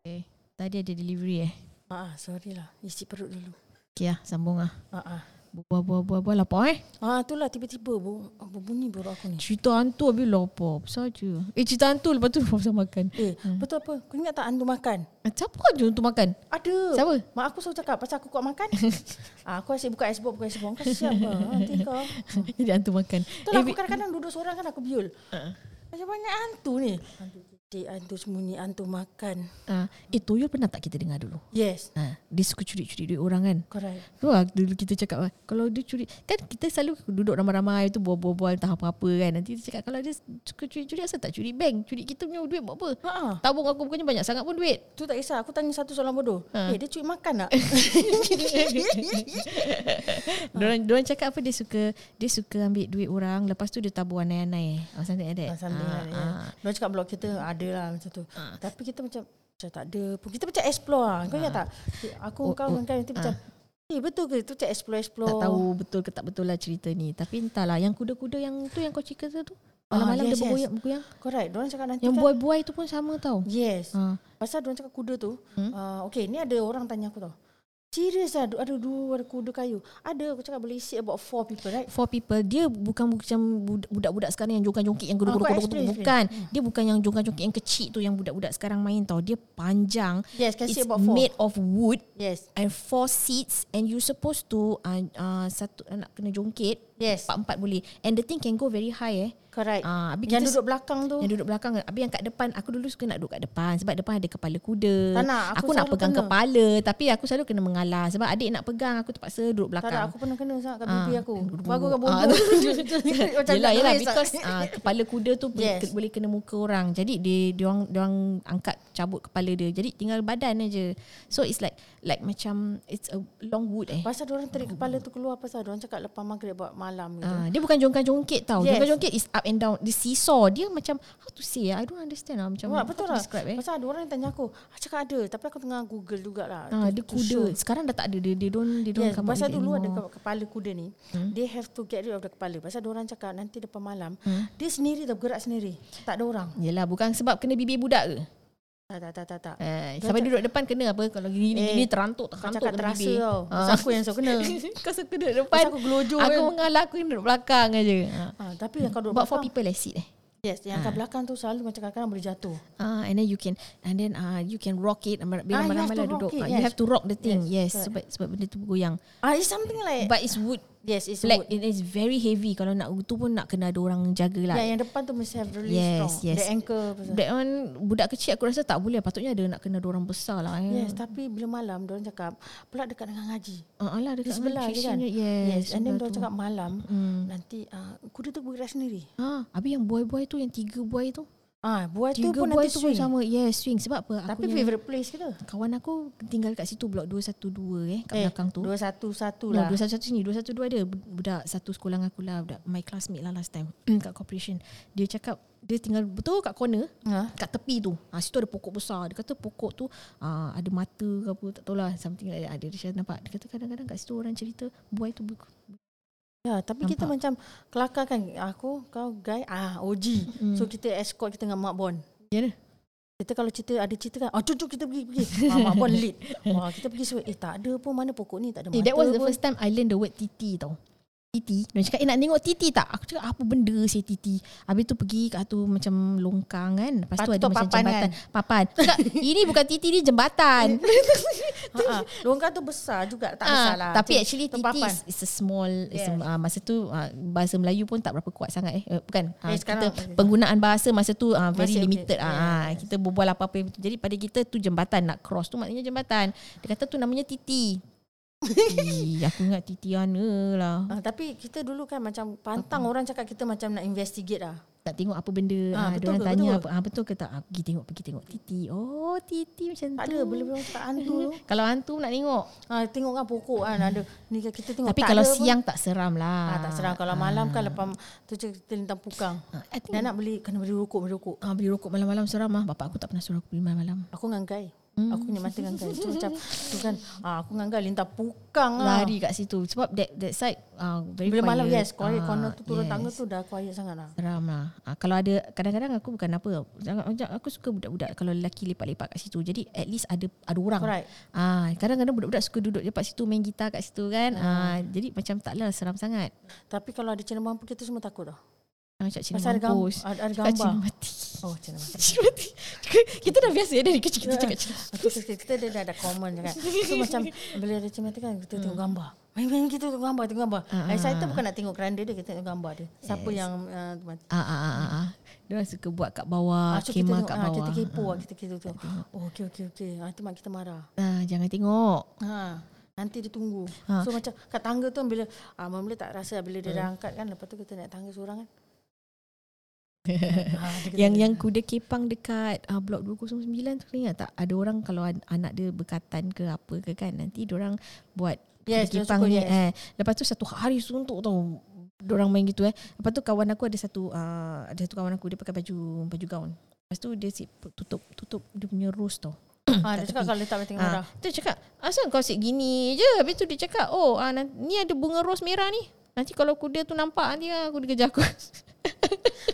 [SPEAKER 1] Okay. Tadi ada delivery eh.
[SPEAKER 2] Ah, ah, sorry lah. Isi perut dulu.
[SPEAKER 1] Okay lah, sambung lah.
[SPEAKER 2] Ah ah.
[SPEAKER 1] Buah, buah, buah, buah, lapar eh.
[SPEAKER 2] Ah, itulah tiba-tiba bu, berbunyi perut aku ni.
[SPEAKER 1] Cerita hantu habis lapar. Saja. Eh, cerita hantu lepas tu lapar makan.
[SPEAKER 2] Eh, betul apa? Kau ingat tak hantu makan?
[SPEAKER 1] Ah, Siapa je untuk makan?
[SPEAKER 2] Ada.
[SPEAKER 1] Siapa?
[SPEAKER 2] Mak aku selalu cakap pasal aku kuat makan. ah, aku asyik buka Xbox, buka Xbox. Kau siapa? Nanti kau.
[SPEAKER 1] Jadi hantu makan.
[SPEAKER 2] Betul lah, aku kadang-kadang duduk seorang kan aku biul.
[SPEAKER 1] Uh-uh.
[SPEAKER 2] Macam banyak hantu ni. Hantu titik, hantu sembunyi, hantu makan.
[SPEAKER 1] ah, eh, Toyol pernah tak kita dengar dulu?
[SPEAKER 2] Yes,
[SPEAKER 1] Ha, dia suka curi-curi duit orang kan?
[SPEAKER 2] correct.
[SPEAKER 1] Tu lah dulu kita cakap lah, Kalau dia curi Kan kita selalu duduk ramai-ramai tu Bual-bual-bual entah apa-apa kan Nanti dia cakap Kalau dia suka curi-curi Asal tak curi bank Curi kita punya duit buat apa
[SPEAKER 2] Ha.
[SPEAKER 1] Tabung aku bukannya banyak sangat pun duit
[SPEAKER 2] Tu tak kisah. Aku tanya satu soalan bodoh.
[SPEAKER 1] Ha.
[SPEAKER 2] Eh, dia cuit makan tak? Ah.
[SPEAKER 1] Diorang, diorang cakap apa Dia suka Dia suka ambil duit orang Lepas tu dia tabur anai-anai oh, Something like that
[SPEAKER 2] Ah, Something
[SPEAKER 1] Ah,
[SPEAKER 2] like that. yeah.
[SPEAKER 1] ah.
[SPEAKER 2] Diorang cakap blog kita ada lah macam tu.
[SPEAKER 1] Uh.
[SPEAKER 2] Tapi kita macam macam tak ada pun. Kita macam explore lah. Kau ingat tak? Aku
[SPEAKER 1] Uh. Oh,
[SPEAKER 2] kau
[SPEAKER 1] oh, Uh.
[SPEAKER 2] dengan kau nanti macam Eh betul ke tu macam explore-explore
[SPEAKER 1] Tak tahu betul ke tak betul lah cerita ni Tapi entahlah Yang kuda-kuda yang tu Yang kau cerita tu
[SPEAKER 2] Ah,
[SPEAKER 1] Malam-malam
[SPEAKER 2] yes,
[SPEAKER 1] dia
[SPEAKER 2] yes.
[SPEAKER 1] bergoyang, bergoyang.
[SPEAKER 2] Correct Diorang cakap nanti
[SPEAKER 1] Yang
[SPEAKER 2] kan
[SPEAKER 1] buai-buai tu pun sama tau
[SPEAKER 2] Yes
[SPEAKER 1] ha.
[SPEAKER 2] Pasal diorang cakap kuda tu
[SPEAKER 1] Hmm?
[SPEAKER 2] hmm? uh, Okay ni ada orang tanya aku tau Serius lah Ada dua ada kuda kayu Ada aku cakap boleh seat about four people right
[SPEAKER 1] for people dia bukan macam bud- budak-budak sekarang yang jongkang-jongkik yang
[SPEAKER 2] Ah, kau Hmm.
[SPEAKER 1] gedung-gedung
[SPEAKER 2] explain,
[SPEAKER 1] bukan dia bukan yang jongkang-jongkik yang kecil tu yang budak-budak sekarang main tau dia panjang
[SPEAKER 2] Yes can
[SPEAKER 1] it's
[SPEAKER 2] seat about four
[SPEAKER 1] made of wood
[SPEAKER 2] Yes
[SPEAKER 1] and four seats and you supposed to uh, uh, satu uh, nak kena jongkit
[SPEAKER 2] Yes
[SPEAKER 1] empat-empat boleh and the thing can go very high eh
[SPEAKER 2] correct
[SPEAKER 1] Ah, habis
[SPEAKER 2] Yang
[SPEAKER 1] kita-
[SPEAKER 2] duduk belakang tu
[SPEAKER 1] yang duduk belakang Habis yang kat depan Aku dulu suka nak duduk kat depan Sebab depan ada kepala kuda
[SPEAKER 2] Tak nak,
[SPEAKER 1] Aku,
[SPEAKER 2] aku
[SPEAKER 1] aku nak
[SPEAKER 2] selalu
[SPEAKER 1] pegang
[SPEAKER 2] kena.
[SPEAKER 1] kepala Tapi aku selalu kena mengalah Sebab adik nak pegang Aku terpaksa duduk
[SPEAKER 2] Tak tak
[SPEAKER 1] belakang
[SPEAKER 2] aku pernah kena sangat kat pipi
[SPEAKER 1] Ah,
[SPEAKER 2] aku.
[SPEAKER 1] duduk
[SPEAKER 2] Bagus kat
[SPEAKER 1] bawah.
[SPEAKER 2] bodoh. Macam
[SPEAKER 1] yelah,
[SPEAKER 2] nak ah.
[SPEAKER 1] yelah,
[SPEAKER 2] nangis
[SPEAKER 1] because
[SPEAKER 2] tak?
[SPEAKER 1] uh, kepala kuda tu yes.
[SPEAKER 2] Yes.
[SPEAKER 1] boleh, boleh kena muka orang. Jadi dia dia orang dia orang angkat cabut kepala dia. Jadi tinggal badan aja. So it's like like macam it's a long wood eh.
[SPEAKER 2] Pasal orang tarik kepala tu keluar pasal orang cakap lepas maghrib buat malam gitu.
[SPEAKER 1] Ah, dia bukan jongkang-jongkit tau.
[SPEAKER 2] Yes.
[SPEAKER 1] Jongkang-jongkit is up and down. Dia seesaw. Dia macam how to say ah? I don't understand lah macam
[SPEAKER 2] Wah,
[SPEAKER 1] how
[SPEAKER 2] betul
[SPEAKER 1] to
[SPEAKER 2] lah.
[SPEAKER 1] describe eh.
[SPEAKER 2] Pasal ada orang yang tanya aku, ah, cakap ada tapi aku tengah google jugalah.
[SPEAKER 1] Ah,
[SPEAKER 2] to-
[SPEAKER 1] dia
[SPEAKER 2] to show.
[SPEAKER 1] kuda. Sekarang dah tak ada dia. Dia don't dia don't
[SPEAKER 2] Yes,
[SPEAKER 1] come up
[SPEAKER 2] kan, pasal
[SPEAKER 1] with it
[SPEAKER 2] dulu ada
[SPEAKER 1] anymore.
[SPEAKER 2] ke- kepala kuda ni hmm? They have to get rid of the kepala Pasal orang cakap Nanti depan malam hmm? Dia sendiri dah bergerak sendiri Tak ada orang
[SPEAKER 1] Yelah bukan sebab kena bibir budak ke?
[SPEAKER 2] Tak tak tak tak, tak.
[SPEAKER 1] Eh, sampai duduk depan kena apa kalau gini
[SPEAKER 2] Eh,
[SPEAKER 1] gini terantuk
[SPEAKER 2] Kau
[SPEAKER 1] terantuk
[SPEAKER 2] cakap
[SPEAKER 1] kena
[SPEAKER 2] terasa
[SPEAKER 1] bibir.
[SPEAKER 2] tau
[SPEAKER 1] Ah.
[SPEAKER 2] Pasal aku yang selalu kena
[SPEAKER 1] Kau suka duduk
[SPEAKER 2] Pasal
[SPEAKER 1] depan
[SPEAKER 2] aku gelojo
[SPEAKER 1] Aku
[SPEAKER 2] kan
[SPEAKER 1] mengalah aku duduk belakang aja. Ha.
[SPEAKER 2] Ah, Tapi yang kau duduk
[SPEAKER 1] But for
[SPEAKER 2] belakang
[SPEAKER 1] people like seat eh.
[SPEAKER 2] Yes, yang kat belakang tu selalu macam kadang-kadang boleh jatuh.
[SPEAKER 1] Ah, and then you can and then ah you can rock it bila
[SPEAKER 2] Ah, you have
[SPEAKER 1] ramai-ramai
[SPEAKER 2] to
[SPEAKER 1] lah
[SPEAKER 2] rock
[SPEAKER 1] duduk.
[SPEAKER 2] it,
[SPEAKER 1] Ah, You
[SPEAKER 2] yes.
[SPEAKER 1] have to rock the thing. Yes,
[SPEAKER 2] Yes, correct.
[SPEAKER 1] sebab sebab benda tu bergoyang.
[SPEAKER 2] Ah, it's something like
[SPEAKER 1] But it's wood
[SPEAKER 2] yes, it's
[SPEAKER 1] black
[SPEAKER 2] black. Wood.
[SPEAKER 1] it is very heavy kalau nak tu pun nak kena ada orang jaga lah.
[SPEAKER 2] Yeah, yang depan tu mesti have really
[SPEAKER 1] Yes,
[SPEAKER 2] strong.
[SPEAKER 1] yes.
[SPEAKER 2] The ankle. pasal.
[SPEAKER 1] That one budak kecil aku rasa tak boleh patutnya ada nak kena ada orang besar lah. Eh.
[SPEAKER 2] Yes, tapi bila malam dia orang cakap pula dekat dengan ngaji.
[SPEAKER 1] Ah, alah
[SPEAKER 2] Di
[SPEAKER 1] dekat
[SPEAKER 2] sebelah je kan.
[SPEAKER 1] kitchen dia. Yes.
[SPEAKER 2] yes and
[SPEAKER 1] sebelah
[SPEAKER 2] then dia orang
[SPEAKER 1] tu.
[SPEAKER 2] cakap malam
[SPEAKER 1] Hmm.
[SPEAKER 2] nanti uh, kuda tu bergerak sendiri.
[SPEAKER 1] Ha, habis yang buai-buai tu yang tiga buai tu.
[SPEAKER 2] Ah, buah tu
[SPEAKER 1] Tiga
[SPEAKER 2] pun
[SPEAKER 1] boy
[SPEAKER 2] nanti
[SPEAKER 1] tu pun
[SPEAKER 2] swing.
[SPEAKER 1] sama Yes swing Sebab apa
[SPEAKER 2] Tapi
[SPEAKER 1] aku
[SPEAKER 2] favourite place kita.
[SPEAKER 1] yang, Kawan aku tinggal kat situ Blok 212 eh Kat
[SPEAKER 2] Eh,
[SPEAKER 1] belakang tu
[SPEAKER 2] Dua satu satu
[SPEAKER 1] No,
[SPEAKER 2] lah.
[SPEAKER 1] 211 sini 212 ada bud- Budak satu sekolah dengan aku lah Budak my classmate lah last time Kat corporation Dia cakap Dia tinggal betul kat corner
[SPEAKER 2] Ha?
[SPEAKER 1] kat tepi tu ha, Situ ada pokok besar Dia kata pokok tu ha, Ada mata ke apa Tak tahulah Something like that Ada dia nampak Dia kata kadang-kadang kat situ Orang cerita Buai tu buku
[SPEAKER 2] Ya, tapi Nampak. kita macam kelakar kan. Aku, kau, guy, ah, OG.
[SPEAKER 1] Mm.
[SPEAKER 2] Mm. So kita escort kita dengan Mak Bon.
[SPEAKER 1] Ya yeah.
[SPEAKER 2] Kita kalau cerita ada cerita kan. Ah, cucuk kita pergi pergi. ah, Mak Bon lead. Wah, kita pergi sebut eh tak ada pun mana pokok ni tak ada
[SPEAKER 1] eh,
[SPEAKER 2] mata.
[SPEAKER 1] That was the
[SPEAKER 2] pun.
[SPEAKER 1] first time I learn the word titi tau Titi Dia cakap eh nak tengok titi tak Aku cakap apa benda si titi Habis tu pergi kat tu macam longkang kan Lepas tu ada
[SPEAKER 2] Patut
[SPEAKER 1] macam
[SPEAKER 2] papan kan?
[SPEAKER 1] jembatan Papan Cakap, Ini bukan titi ni jembatan
[SPEAKER 2] Ha, ha. Longkang tu besar lah. juga, tak
[SPEAKER 1] Ah,
[SPEAKER 2] masalah.
[SPEAKER 1] Tapi
[SPEAKER 2] Cik,
[SPEAKER 1] actually titi
[SPEAKER 2] tempapan.
[SPEAKER 1] is, is a small yes. is a,
[SPEAKER 2] Yes.
[SPEAKER 1] uh, masa tu uh, bahasa Melayu pun tak berapa kuat sangat eh. Uh, bukan. Uh,
[SPEAKER 2] Eh,
[SPEAKER 1] kita
[SPEAKER 2] sekarang-
[SPEAKER 1] penggunaan bahasa masa tu uh, very Masih
[SPEAKER 2] Masih okey.
[SPEAKER 1] limited. Okay. Uh,
[SPEAKER 2] Yes.
[SPEAKER 1] kita berbual apa-apa yang- jadi pada kita tu jembatan nak cross tu maknanya jembatan. Dia kata tu namanya titi. titi. Aku ingat titiana lah.
[SPEAKER 2] Ah, tapi kita dulu kan macam pantang orang cakap kita macam nak investigate lah.
[SPEAKER 1] Tak tengok apa benda.
[SPEAKER 2] Ah,
[SPEAKER 1] Ah,
[SPEAKER 2] betul
[SPEAKER 1] orang
[SPEAKER 2] ke?
[SPEAKER 1] tanya
[SPEAKER 2] Betul
[SPEAKER 1] apa ah, betul ke tak? Ah, pergi tengok pergi tengok titi. Oh, titi macam
[SPEAKER 2] Tak
[SPEAKER 1] tu.
[SPEAKER 2] ada bila-bila orang cakap hantu tu.
[SPEAKER 1] Kalau hantu nak tengok.
[SPEAKER 2] Ha, tengok kan pokok kan ada. Ni kan kita tengok
[SPEAKER 1] Tapi
[SPEAKER 2] tak
[SPEAKER 1] kalau
[SPEAKER 2] ada pun.
[SPEAKER 1] siang Ah. tak seram lah.
[SPEAKER 2] Ah, tak serang kalau malam kan lepas tu je kita lintang pukang.
[SPEAKER 1] Ah, I think
[SPEAKER 2] Dan nak beli kena beli rokok, beli rokok.
[SPEAKER 1] Ah, beli rokok malam-malam seram ah. Bapak aku tak pernah suruh aku beli malam-malam.
[SPEAKER 2] Aku ngangkai. Hmm. Aku punya mata ngangkai. Tu macam tu kan ah, aku ngangkai lintang pukang lah.
[SPEAKER 1] Lari kat situ sebab that that side ah, very
[SPEAKER 2] Bila
[SPEAKER 1] quiet.
[SPEAKER 2] malam yes, corner,
[SPEAKER 1] Ah,
[SPEAKER 2] corner tu turun
[SPEAKER 1] yes.
[SPEAKER 2] tangga tu dah quiet sangat lah.
[SPEAKER 1] Seram lah. Ah, kalau ada kadang-kadang aku bukan apa. jangan- jangan- Aku suka budak-budak kalau lelaki lepak-lepak kat situ. Jadi at least ada ada orang.
[SPEAKER 2] Correct.
[SPEAKER 1] Ah, kadang-kadang budak-budak suka duduk lepak situ main gitar kat situ kan. Ah, jadi macam taklah seram sangat.
[SPEAKER 2] Tapi kalau ada cina mampu kita semua takut dah.
[SPEAKER 1] Orang cakap cina
[SPEAKER 2] Pasal ada, gam-
[SPEAKER 1] mampus.
[SPEAKER 2] ada, ada
[SPEAKER 1] Cakap
[SPEAKER 2] gambar.
[SPEAKER 1] cina mati.
[SPEAKER 2] Oh, cina mampu.
[SPEAKER 1] Cina mati. Kita dah biasa ya, dari kecil kita cakap cina.
[SPEAKER 2] Kita, kita, kita dia dah ada common je kan. So macam bila ada cina mati kan kita tengok gambar. Main-main kita tengok gambar, tengok gambar.
[SPEAKER 1] Hmm. Ah,
[SPEAKER 2] Uh, Excited bukan nak tengok keranda dia, kita tengok gambar dia. Siapa yang uh, mati.
[SPEAKER 1] Ah, ah, ah, ah, ah. Dia orang suka buat kat bawah,
[SPEAKER 2] Ah, so kita
[SPEAKER 1] kemah
[SPEAKER 2] tengok,
[SPEAKER 1] kat
[SPEAKER 2] ah,
[SPEAKER 1] bawah.
[SPEAKER 2] kita kepo ah, kita kita tu. Oh, okey okey okey. Ah, tu mak kita marah.
[SPEAKER 1] Ah, jangan tengok.
[SPEAKER 2] Ha. Nanti dia tunggu.
[SPEAKER 1] Ha. Ha.
[SPEAKER 2] Ha. So macam kat tangga tu bila ah mula tak rasa lah, bila dia dah angkat kan lepas tu kita naik tangga seorang kan. ha, dia kata-
[SPEAKER 1] Yang yang kuda kepang dekat uh, blok 209 tu kau ingat tak? Ada orang kalau an- anak dia berkatan ke apa ke kan nanti orang buat
[SPEAKER 2] Yes,
[SPEAKER 1] kuda
[SPEAKER 2] dia
[SPEAKER 1] kepang
[SPEAKER 2] suka,
[SPEAKER 1] ni
[SPEAKER 2] yes.
[SPEAKER 1] eh. Lepas tu satu hari suntuk tau orang main gitu eh. Lepas tu kawan aku ada satu uh, ada satu kawan aku dia pakai baju baju gaun. Lepas tu dia si, tutup tutup dia punya rose tau.
[SPEAKER 2] ha,
[SPEAKER 1] kat
[SPEAKER 2] dia cakap
[SPEAKER 1] tepi.
[SPEAKER 2] kalau letak mati
[SPEAKER 1] eh. Ah,
[SPEAKER 2] marah.
[SPEAKER 1] tu dia cakap, asal kau asyik gini je? Habis tu dia cakap, oh ah, nan- ni ada bunga rose merah ni. Nanti kalau kuda tu nampak nanti ah, kuda kejar aku.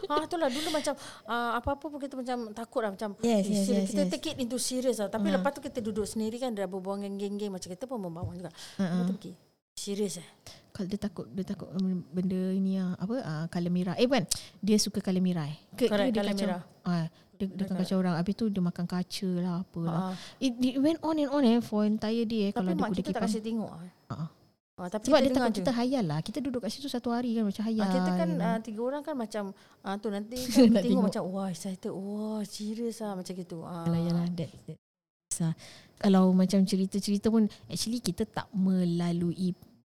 [SPEAKER 2] Ha itulah dulu macam ah, apa-apa pun kita macam takut lah macam
[SPEAKER 1] Yes, yes,
[SPEAKER 2] eh, serious.
[SPEAKER 1] yes,
[SPEAKER 2] kita
[SPEAKER 1] yes. Mm-hmm.
[SPEAKER 2] take it into serious lah. Tapi lepas tu kita duduk sendiri kan dah berbual dengan geng-geng macam kita pun membangun juga. Lepas tu pergi. Serius eh.
[SPEAKER 1] Kalau dia takut dia takut um, benda ini ah, apa ah, colour merah. Eh bukan, dia suka colour merah. eh. Ke,
[SPEAKER 2] Correct,
[SPEAKER 1] dia
[SPEAKER 2] colour
[SPEAKER 1] kacau-
[SPEAKER 2] merah.
[SPEAKER 1] Ah, dia, dia akan kacau orang. Habis tu dia makan kaca lah apalah.
[SPEAKER 2] Ha.
[SPEAKER 1] It, it went on and on eh for entire day eh
[SPEAKER 2] Tapi
[SPEAKER 1] kalau ada
[SPEAKER 2] mak
[SPEAKER 1] kuda
[SPEAKER 2] kita tak
[SPEAKER 1] kepang.
[SPEAKER 2] kasi tengok ah.
[SPEAKER 1] Ah, ah.
[SPEAKER 2] Ah, tapi
[SPEAKER 1] Sebab
[SPEAKER 2] kita
[SPEAKER 1] dia
[SPEAKER 2] dengar
[SPEAKER 1] takut
[SPEAKER 2] je.
[SPEAKER 1] kita hayal lah. Kita duduk kat situ satu hari kan macam hayal.
[SPEAKER 2] Ah, kita kan
[SPEAKER 1] you know.
[SPEAKER 2] uh, tiga orang kan macam uh, tu nanti
[SPEAKER 1] ya. Nak
[SPEAKER 2] kan tengok,
[SPEAKER 1] tengok.
[SPEAKER 2] tengok macam wah excited wah serious lah macam gitu. Ah.
[SPEAKER 1] Yalah yalah that, that. Sa, kalau macam cerita-cerita pun actually kita tak melalui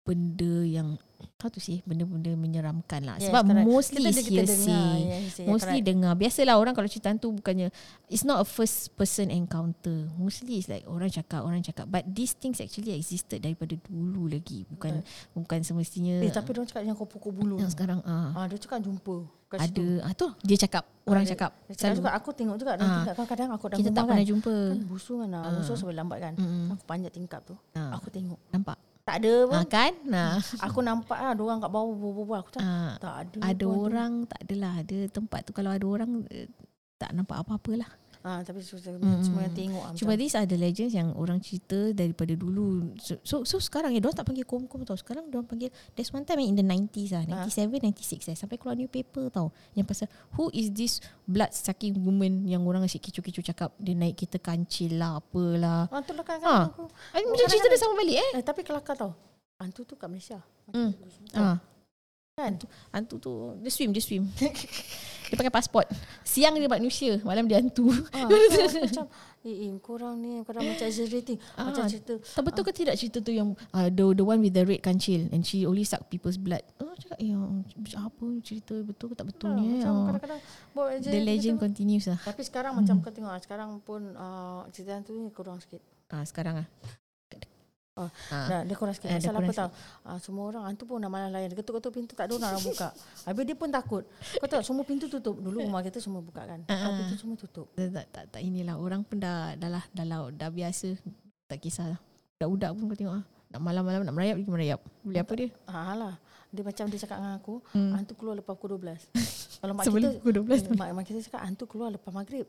[SPEAKER 1] benda yang how to say benda-benda menyeramkan lah
[SPEAKER 2] Yes,
[SPEAKER 1] sebab
[SPEAKER 2] correct.
[SPEAKER 1] mostly
[SPEAKER 2] dia-
[SPEAKER 1] is hearsay
[SPEAKER 2] yes, yeah,
[SPEAKER 1] Mostly
[SPEAKER 2] correct. Eh,
[SPEAKER 1] dengar Biasalah orang kalau cerita hantu Bukannya It's not a first person encounter Mostly it's like Orang cakap Orang cakap But these things actually existed Daripada dulu lagi Bukan Bukan semestinya
[SPEAKER 2] eh, tapi dia cakap yang kau pukul bulu.
[SPEAKER 1] Yang sekarang ah,
[SPEAKER 2] Ah, dia cakap jumpa. Kat
[SPEAKER 1] Ada
[SPEAKER 2] situ.
[SPEAKER 1] ah, tu Dia cakap Orang
[SPEAKER 2] Ada.
[SPEAKER 1] cakap
[SPEAKER 2] Dia cakap
[SPEAKER 1] Selalu
[SPEAKER 2] juga aku tengok juga
[SPEAKER 1] Ah.
[SPEAKER 2] nanti kat kadang-kadang aku dah
[SPEAKER 1] Kita tak
[SPEAKER 2] kan.
[SPEAKER 1] pernah jumpa
[SPEAKER 2] Kan busu kan lah. Busu
[SPEAKER 1] Ah.
[SPEAKER 2] sebab lambat kan.
[SPEAKER 1] Mm-mm.
[SPEAKER 2] Aku panjat tingkap tu.
[SPEAKER 1] Ah.
[SPEAKER 2] Aku tengok.
[SPEAKER 1] Nampak
[SPEAKER 2] Tak ada pun.
[SPEAKER 1] ah, Kan nah.
[SPEAKER 2] Aku nampak lah. Dia orang kat bawah berbual-bual. Aku cakap
[SPEAKER 1] ah,
[SPEAKER 2] tak ada.
[SPEAKER 1] Ada
[SPEAKER 2] pun.
[SPEAKER 1] orang Tak adalah Ada tempat tu Kalau ada orang eh, Tak nampak apa-apalah
[SPEAKER 2] Ah, tapi susah.
[SPEAKER 1] Mm-mm.
[SPEAKER 2] Semua yang tengok. lah
[SPEAKER 1] Cuma
[SPEAKER 2] macam-
[SPEAKER 1] these are the legends yang orang cerita daripada dulu. So so, so sekarang ya, diorang tak panggil kom-kom tau. Sekarang diorang panggil, there's one time in the 90s lah,
[SPEAKER 2] Ah.
[SPEAKER 1] 97, 96 eh. Sampai keluar new paper tau. Yang pasal, who is this blood sucking woman yang orang asyik kecoh-kecoh cakap, dia naik kereta kancil lah, apalah.
[SPEAKER 2] Ah, tu
[SPEAKER 1] Ah.
[SPEAKER 2] lah kadang-kadang aku.
[SPEAKER 1] Oh, macam cerita dia sama balik eh.
[SPEAKER 2] Eh, tapi kelakar tau. Hantu tu kat Malaysia.
[SPEAKER 1] Hmm.
[SPEAKER 2] Ah,
[SPEAKER 1] Ah.
[SPEAKER 2] Kan?
[SPEAKER 1] Hantu tu, dia swim, dia swim. Dia pakai pasport Siang dia manusia Malam dia hantu
[SPEAKER 2] Ah, so, aku macam eh, eh korang ni korang macam exaggerating
[SPEAKER 1] Ah,
[SPEAKER 2] macam cerita
[SPEAKER 1] Tak betul ke tidak cerita tu yang uh, the the one with the red kancil and she only suck people's blood. Oh cakap ya apa cerita betul ke tak betul
[SPEAKER 2] ah,
[SPEAKER 1] ni.
[SPEAKER 2] macam
[SPEAKER 1] Oh.
[SPEAKER 2] kadang-kadang buat
[SPEAKER 1] The
[SPEAKER 2] exaggerating
[SPEAKER 1] legend
[SPEAKER 2] tu.
[SPEAKER 1] continues lah.
[SPEAKER 2] tapi sekarang macam kau tengok ah, sekarang pun ah, cerita tu ni kurang sikit
[SPEAKER 1] Ah sekarang ah.
[SPEAKER 2] Oh,
[SPEAKER 1] Ah.
[SPEAKER 2] Dah, dia kurang sikit.
[SPEAKER 1] Ah, dia
[SPEAKER 2] Pasal apa
[SPEAKER 1] kurang
[SPEAKER 2] tahu? Ah, semua orang hantu pun dah malam layan. Dia Ketuk-ketuk pintu tak ada orang nak buka. Habis dia pun takut. Kau tahu semua pintu tutup. Dulu rumah kita semua buka kan.
[SPEAKER 1] Ah,
[SPEAKER 2] Ah,
[SPEAKER 1] ah.
[SPEAKER 2] pintu semua tutup.
[SPEAKER 1] Tak, tak, tak, tak inilah Orang pun dah Dah lah Dah, lah, dah biasa Tak kisah lah Budak-budak pun kau tengok lah Nak malam-malam Nak merayap pergi merayap Boleh apa dia
[SPEAKER 2] Ah, lah. Dia macam dia cakap dengan aku,
[SPEAKER 1] Hmm.
[SPEAKER 2] hantu keluar lepas pukul 12. Kalau mak
[SPEAKER 1] Sebelum
[SPEAKER 2] kita, Hmm.
[SPEAKER 1] pukul 12 pun
[SPEAKER 2] mak, mak kita cakap hantu keluar lepas maghrib.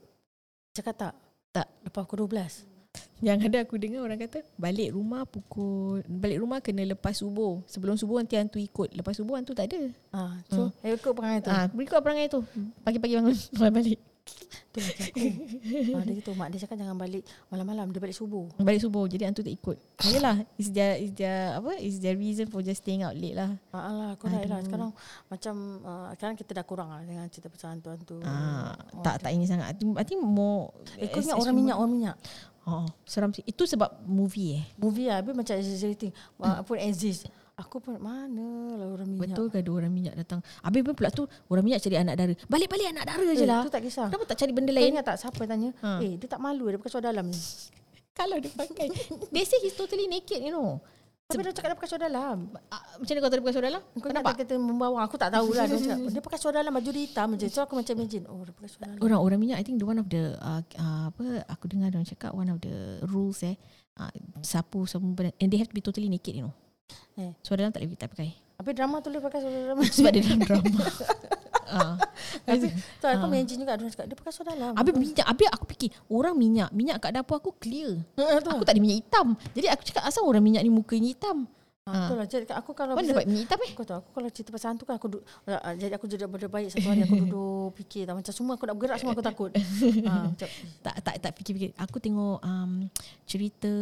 [SPEAKER 2] Cakap tak?
[SPEAKER 1] Tak.
[SPEAKER 2] Lepas pukul 12.
[SPEAKER 1] Yang ada aku dengar orang kata Balik rumah pukul Balik rumah kena lepas subuh Sebelum subuh nanti hantu ikut Lepas subuh hantu tak ada
[SPEAKER 2] Ah, so, hmm. ikut perangai tu.
[SPEAKER 1] Ah,
[SPEAKER 2] Ah.
[SPEAKER 1] berikut perangai tu Pagi-pagi bangun Malam balik
[SPEAKER 2] Tu macam aku. ah, dia gitu. Mak dia cakap jangan balik malam-malam. Dia balik subuh.
[SPEAKER 1] Balik subuh Jadi hantu tak ikut Yelah Is their, is their Apa Is their reason for just staying out late lah
[SPEAKER 2] Ah, lah, correct lah. Sekarang macam, ah, sekarang kita dah kurang lah dengan cerita pasal hantu-hantu.
[SPEAKER 1] ah, Tak tak ini sangat I think- I think more
[SPEAKER 2] Eh, kau ingat orang minyak, orang minyak.
[SPEAKER 1] oh, Seram sih Itu sebab movie eh
[SPEAKER 2] Movie lah, habis macam exaggerating. Hmm. pun exist. Aku pun, mana lah orang minyak.
[SPEAKER 1] Betul ke ada orang minyak datang Habis pun pula tu Orang minyak cari anak dara Balik-balik anak dara je
[SPEAKER 2] Eh,
[SPEAKER 1] lah
[SPEAKER 2] tu tak kisah.
[SPEAKER 1] Kenapa tak cari benda
[SPEAKER 2] Kau
[SPEAKER 1] lain
[SPEAKER 2] ingat tak siapa tanya,
[SPEAKER 1] Ha.
[SPEAKER 2] eh dia tak malu, dia pakai seluar dalam ni.
[SPEAKER 1] Kalau dia pakai They say he's totally naked you know
[SPEAKER 2] Tapi dia cakap dia pakai seluar dalam.
[SPEAKER 1] ah, Macam mana kau tahu dia pakai seluar dalam
[SPEAKER 2] Kau nak kata membawang, aku tak tahu lah. Dia cakap, dia pakai seluar dalam, baju dia hitam je. So aku macam imagine, oh dia pakai seluar dalam.
[SPEAKER 1] Orang orang minyak I think the one of the uh, uh, apa aku dengar dia cakap one of the rules eh uh, sapu semua benda and they have to be totally naked you know.
[SPEAKER 2] Eh.
[SPEAKER 1] So dalam tak boleh tak pakai
[SPEAKER 2] Habis drama tu dia pakai seluar dalam.
[SPEAKER 1] sebab dia dalam drama. Ah.
[SPEAKER 2] Tapi, so aku
[SPEAKER 1] Ha.
[SPEAKER 2] imagine juga, dia cakap dia pakai seluar dalam.
[SPEAKER 1] Habis minyak Habis aku fikir Orang minyak Minyak kat dapur aku clear
[SPEAKER 2] Ha,
[SPEAKER 1] Aku tak ada minyak hitam Jadi aku cakap Asal orang minyak ni mukanya hitam
[SPEAKER 2] Ha, Betul lah. Jadi aku kalau
[SPEAKER 1] Mana
[SPEAKER 2] bisa-
[SPEAKER 1] dapat minyak hitam eh
[SPEAKER 2] Kau tahu aku kalau cerita pasal hantu kan aku duduk, jadi aku jadi benda baik satu hari aku duduk fikir tak macam semua aku nak bergerak semua aku takut. ha, macam,
[SPEAKER 1] Tak tak tak fikir-fikir Aku tengok um, Cerita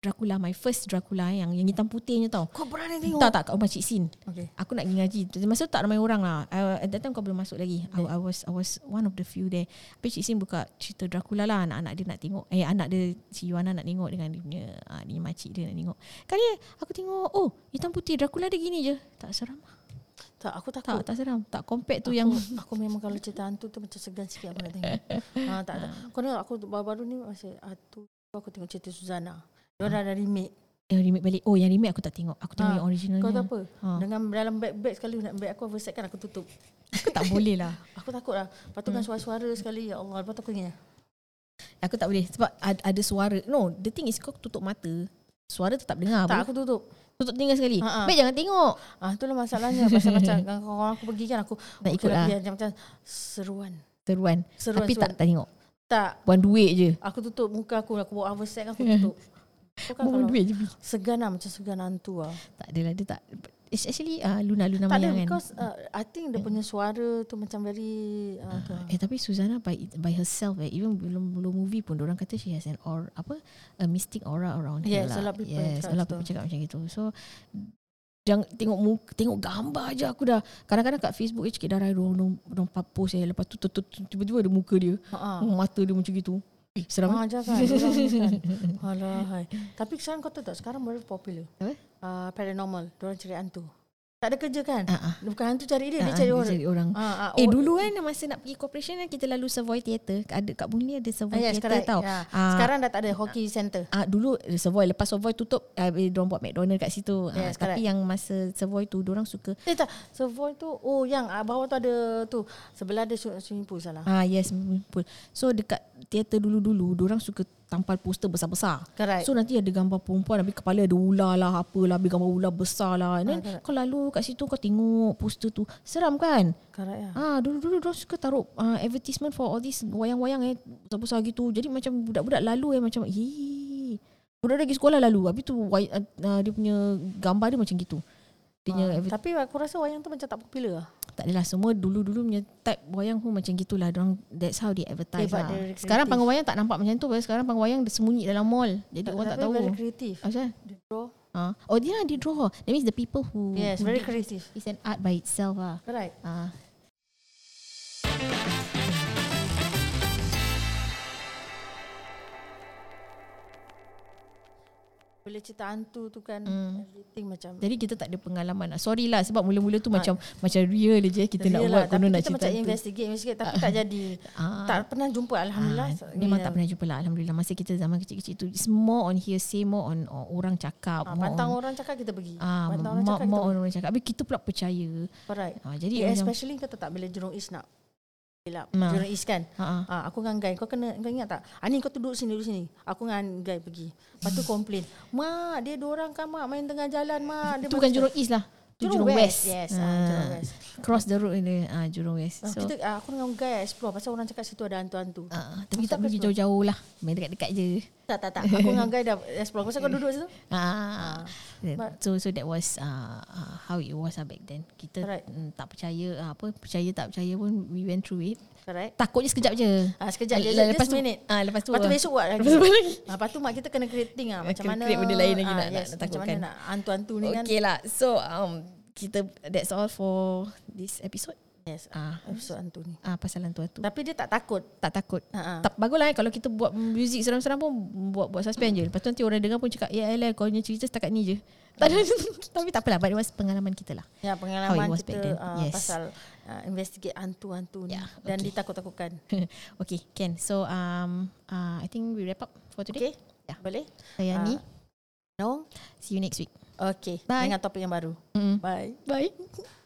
[SPEAKER 1] Dracula My first Dracula eh, Yang, yang hitam putihnya tau
[SPEAKER 2] kau berani tengok.
[SPEAKER 1] Tak tak kat rumah Cik Sin
[SPEAKER 2] Okay.
[SPEAKER 1] Aku nak pergi ngaji Masa tu tak ramai orang lah I, At that time kau belum masuk lagi I, I, was, I was one of the few there Tapi Cik Sin buka cerita Dracula lah Anak-anak dia nak tengok Eh anak dia Si Yuana nak tengok Dengan dia punya uh, Ni makcik dia nak tengok Kali aku tengok Oh hitam putih Dracula dia gini je Tak seram lah.
[SPEAKER 2] Tak aku takut.
[SPEAKER 1] Tak tak seram Tak compare tu yang
[SPEAKER 2] Aku memang kalau cerita hantu tu macam segan sikit aku nak tengok. ha, tak ada. Kau tengok aku baru-baru ni masih hantu tu aku tengok cerita Suzana. Dia orang ada remake.
[SPEAKER 1] Yang remake balik Oh yang remake aku tak tengok Aku tengok
[SPEAKER 2] Ha,
[SPEAKER 1] yang originalnya
[SPEAKER 2] Kau tahu apa?
[SPEAKER 1] Ha.
[SPEAKER 2] Dengan dalam bag-bag sekali nak bag aku oversize kan aku tutup.
[SPEAKER 1] Aku tak boleh lah
[SPEAKER 2] Aku takut lah. Lepas tu kan
[SPEAKER 1] Hmm.
[SPEAKER 2] suara-suara sekali ya Allah. Lepas tu aku ingat.
[SPEAKER 1] Aku tak boleh Sebab ada, ada suara No the thing is Kau tutup mata Suara tetap dengar
[SPEAKER 2] Tak
[SPEAKER 1] tak,
[SPEAKER 2] aku tutup.
[SPEAKER 1] Tutup telinga sekali
[SPEAKER 2] Ha, ha.
[SPEAKER 1] Baik jangan tengok
[SPEAKER 2] Ah itulah masalahnya pasal macam dengan kawan aku pergi kan aku
[SPEAKER 1] Nak
[SPEAKER 2] okey
[SPEAKER 1] ikut lah.
[SPEAKER 2] biar macam, macam seruan.
[SPEAKER 1] Seruan
[SPEAKER 2] Seruan
[SPEAKER 1] Tapi
[SPEAKER 2] seruan.
[SPEAKER 1] tak, tak tengok
[SPEAKER 2] tak
[SPEAKER 1] Buang duit je
[SPEAKER 2] aku tutup muka aku aku bawa oversize kan aku
[SPEAKER 1] Hmm.
[SPEAKER 2] tutup. Kau kan
[SPEAKER 1] Buang
[SPEAKER 2] kalau
[SPEAKER 1] duit je
[SPEAKER 2] segan lah macam segan hantu lah.
[SPEAKER 1] Tak adalah dia tak It's actually uh, Luna-Luna
[SPEAKER 2] Tak ada
[SPEAKER 1] Maya kan
[SPEAKER 2] because uh, I think dia punya suara tu macam very uh, tu lah.
[SPEAKER 1] Eh tapi Susanna by by herself eh, even belum belum movie pun orang kata she has an or apa a mystic aura around
[SPEAKER 2] Yes,
[SPEAKER 1] her lah.
[SPEAKER 2] a lot people
[SPEAKER 1] yes, a
[SPEAKER 2] cakap
[SPEAKER 1] lot
[SPEAKER 2] gitu.
[SPEAKER 1] people cakap macam gitu. So jangan tengok muka, tengok gambar aja aku dah kadang-kadang kat Facebook eh cakap darai orang orang- orang post eh lepas tu tu- tu- tu- tiba-tiba ada muka dia.
[SPEAKER 2] Ha.
[SPEAKER 1] Oh, mata dia macam gitu. Eh, seram.
[SPEAKER 2] Ha aja kan. orang ni kan. Alah hai. Tapi sekarang kau tahu tak sekarang baru popular.
[SPEAKER 1] Apa?
[SPEAKER 2] Uh, paranormal, dia orang cari hantu. Tak ada kerja kan?
[SPEAKER 1] Ah, ah.
[SPEAKER 2] Dia Bukan hantu cari dia, dia
[SPEAKER 1] Ah,
[SPEAKER 2] cari
[SPEAKER 1] dia
[SPEAKER 2] orang.
[SPEAKER 1] cari orang.
[SPEAKER 2] Ah, ah,
[SPEAKER 1] Eh
[SPEAKER 2] oh,
[SPEAKER 1] dulu kan masa nak pergi corporation kan kita lalu Savoy Theatre. Ada kat Boon Lay ada Savoy
[SPEAKER 2] Ah,
[SPEAKER 1] Theatre
[SPEAKER 2] ya, sekarang,
[SPEAKER 1] tau.
[SPEAKER 2] ya.
[SPEAKER 1] Ah,
[SPEAKER 2] sekarang dah tak ada hockey center.
[SPEAKER 1] Ah dulu eh, Savoy lepas Savoy tutup uh, diorang buat McDonald kat situ. Yes,
[SPEAKER 2] Yes,
[SPEAKER 1] ah, tapi yang masa Savoy tu diorang suka
[SPEAKER 2] Eh tak, Savoy tu oh yang ah, bawah tu ada tu. Sebelah ada swi- swimming pool salah.
[SPEAKER 1] ah yes swimming pool. So dekat teater dulu-dulu diorang suka tampal poster besar-besar.
[SPEAKER 2] Correct.
[SPEAKER 1] So nanti ada gambar perempuan Habis kepala ada ular lah Apalah Habis gambar ular besar lah And then,
[SPEAKER 2] Ah, correct.
[SPEAKER 1] Kau lalu kat situ Kau tengok poster tu Seram kan
[SPEAKER 2] Correct ya.
[SPEAKER 1] Ah dulu-dulu dia suka taruh uh, advertisement for all this wayang-wayang eh besar-besar gitu. Jadi macam budak-budak lalu eh macam eh budak lagi sekolah lalu. Habis tu way, uh, uh, dia punya gambar dia macam gitu. Dia punya
[SPEAKER 2] Ah,
[SPEAKER 1] adver-
[SPEAKER 2] tapi aku rasa wayang tu macam tak popular lah.
[SPEAKER 1] tak adalah semua dulu-dulu punya type wayang pun macam gitulah. Diorang, that's how they advertise
[SPEAKER 2] They buat
[SPEAKER 1] lah.
[SPEAKER 2] the recreative.
[SPEAKER 1] Sekarang panggung wayang tak nampak macam tu. pasal Sekarang panggung wayang dia sembunyi dalam mall. Jadi orang tak
[SPEAKER 2] Tapi
[SPEAKER 1] tahu.
[SPEAKER 2] Very kreatif.
[SPEAKER 1] Macam mana?
[SPEAKER 2] Dia draw.
[SPEAKER 1] Ah. Oh dia lah, dia draw. That means the people who
[SPEAKER 2] Yes,
[SPEAKER 1] who
[SPEAKER 2] very
[SPEAKER 1] did-
[SPEAKER 2] creative.
[SPEAKER 1] It's an art by itself lah.
[SPEAKER 2] Correct.
[SPEAKER 1] Ah.
[SPEAKER 2] Bila cerita hantu tu kan mm. Everything macam
[SPEAKER 1] Jadi kita tak ada pengalaman lah. Sorry lah sebab mula-mula tu macam macam real je kita nak
[SPEAKER 2] Ah. real lah,
[SPEAKER 1] buat
[SPEAKER 2] tapi
[SPEAKER 1] konon nak
[SPEAKER 2] kita
[SPEAKER 1] cerita.
[SPEAKER 2] macam
[SPEAKER 1] tu.
[SPEAKER 2] investigate, investigate Tapi tak jadi
[SPEAKER 1] Ah.
[SPEAKER 2] Tak pernah jumpa Alhamdulillah Ya.
[SPEAKER 1] Ah,
[SPEAKER 2] So,
[SPEAKER 1] memang
[SPEAKER 2] ni
[SPEAKER 1] tak pernah jumpa lah Alhamdulillah Masa kita zaman kecil-kecil tu It's more on hearsay More on uh, orang cakap
[SPEAKER 2] Ah,
[SPEAKER 1] more
[SPEAKER 2] pantang
[SPEAKER 1] on,
[SPEAKER 2] orang cakap kita pergi.
[SPEAKER 1] ah,
[SPEAKER 2] pantang
[SPEAKER 1] more,
[SPEAKER 2] orang cakap
[SPEAKER 1] more
[SPEAKER 2] kita
[SPEAKER 1] on orang cakap Habis kita pula percaya
[SPEAKER 2] pergi. Alright.
[SPEAKER 1] ah, Jadi
[SPEAKER 2] Yeah,
[SPEAKER 1] macam
[SPEAKER 2] especially kau tahu tak bila Jurong East nak Bila
[SPEAKER 1] Ah.
[SPEAKER 2] Jurong East kan
[SPEAKER 1] ha, ah.
[SPEAKER 2] Ah, aku dengan Guy Kau kena Kau ingat tak Ani kau duduk sini Duduk sini Aku dengan Guy pergi Lepas tu complain Mak dia dua orang kan mak Main tengah jalan mak dia
[SPEAKER 1] Itu bukan
[SPEAKER 2] macam-
[SPEAKER 1] Jurong East lah Tu
[SPEAKER 2] Jurong West, yes, ah, Jurong
[SPEAKER 1] Ah,
[SPEAKER 2] West.
[SPEAKER 1] Cross the road ni ah, Jurong West
[SPEAKER 2] Ah,
[SPEAKER 1] So
[SPEAKER 2] kita, ah, aku dengan Guy explore Pasal orang cakap situ ada hantu-hantu
[SPEAKER 1] ah, Tapi kita
[SPEAKER 2] Kita
[SPEAKER 1] tak pergi
[SPEAKER 2] explore.
[SPEAKER 1] jauh-jauh lah Main dekat-dekat je
[SPEAKER 2] Tak tak tak Aku dengan Guy dah explore Pasal kau duduk situ
[SPEAKER 1] Ah,
[SPEAKER 2] but-
[SPEAKER 1] so so that was uh, uh, how it was uh, back then. Kita
[SPEAKER 2] Right.
[SPEAKER 1] mm, tak percaya uh, apa percaya tak percaya pun we went through it.
[SPEAKER 2] Correct
[SPEAKER 1] Takut je sekejap je.
[SPEAKER 2] Ah, sekejap
[SPEAKER 1] Le-
[SPEAKER 2] je, just
[SPEAKER 1] lepas tu,
[SPEAKER 2] minute.
[SPEAKER 1] Ah, lepas tu.
[SPEAKER 2] Lepas tu
[SPEAKER 1] ah,
[SPEAKER 2] besok buat lagi.
[SPEAKER 1] Lepas tu buat lagi.
[SPEAKER 2] Ah, lepas tu mak kita kena creating ah macam
[SPEAKER 1] Kena
[SPEAKER 2] mana.
[SPEAKER 1] create benda lain lagi
[SPEAKER 2] ah,
[SPEAKER 1] nak- nak- nak
[SPEAKER 2] Macam
[SPEAKER 1] takutkan.
[SPEAKER 2] mana nak hantu-hantu ni kan.
[SPEAKER 1] Okay lah. So um kita that's all for this episode.
[SPEAKER 2] Yes.
[SPEAKER 1] Ah,
[SPEAKER 2] Episode hantu ni.
[SPEAKER 1] ah pasal hantu-hantu.
[SPEAKER 2] Tapi dia tak takut.
[SPEAKER 1] Tak takut.
[SPEAKER 2] Ha ah.
[SPEAKER 1] Tak bagus lah eh, kalau kita buat muzik seram-seram pun buat buat suspend je. Lepas tu nanti orang dengar pun cakap, "Ya elah kau punya cerita setakat ni je." Tak ada tapi tak apalah, but it was pengalaman kita lah.
[SPEAKER 2] Ya
[SPEAKER 1] How it
[SPEAKER 2] pengalaman
[SPEAKER 1] was back then.
[SPEAKER 2] kita ah,
[SPEAKER 1] Yes.
[SPEAKER 2] pasal ah, investigate hantu-hantu ni
[SPEAKER 1] Ya,
[SPEAKER 2] dan
[SPEAKER 1] okay.
[SPEAKER 2] ditakut-takutkan.
[SPEAKER 1] okay, can. So um uh, I think we wrap up for today.
[SPEAKER 2] Okay?
[SPEAKER 1] Ya.
[SPEAKER 2] Boleh?
[SPEAKER 1] Saya
[SPEAKER 2] Ah,
[SPEAKER 1] ni.
[SPEAKER 2] No.
[SPEAKER 1] See you next week.
[SPEAKER 2] Okay.
[SPEAKER 1] Bye.
[SPEAKER 2] Dengan topik yang baru.
[SPEAKER 1] Mm.
[SPEAKER 2] Bye.
[SPEAKER 1] Bye.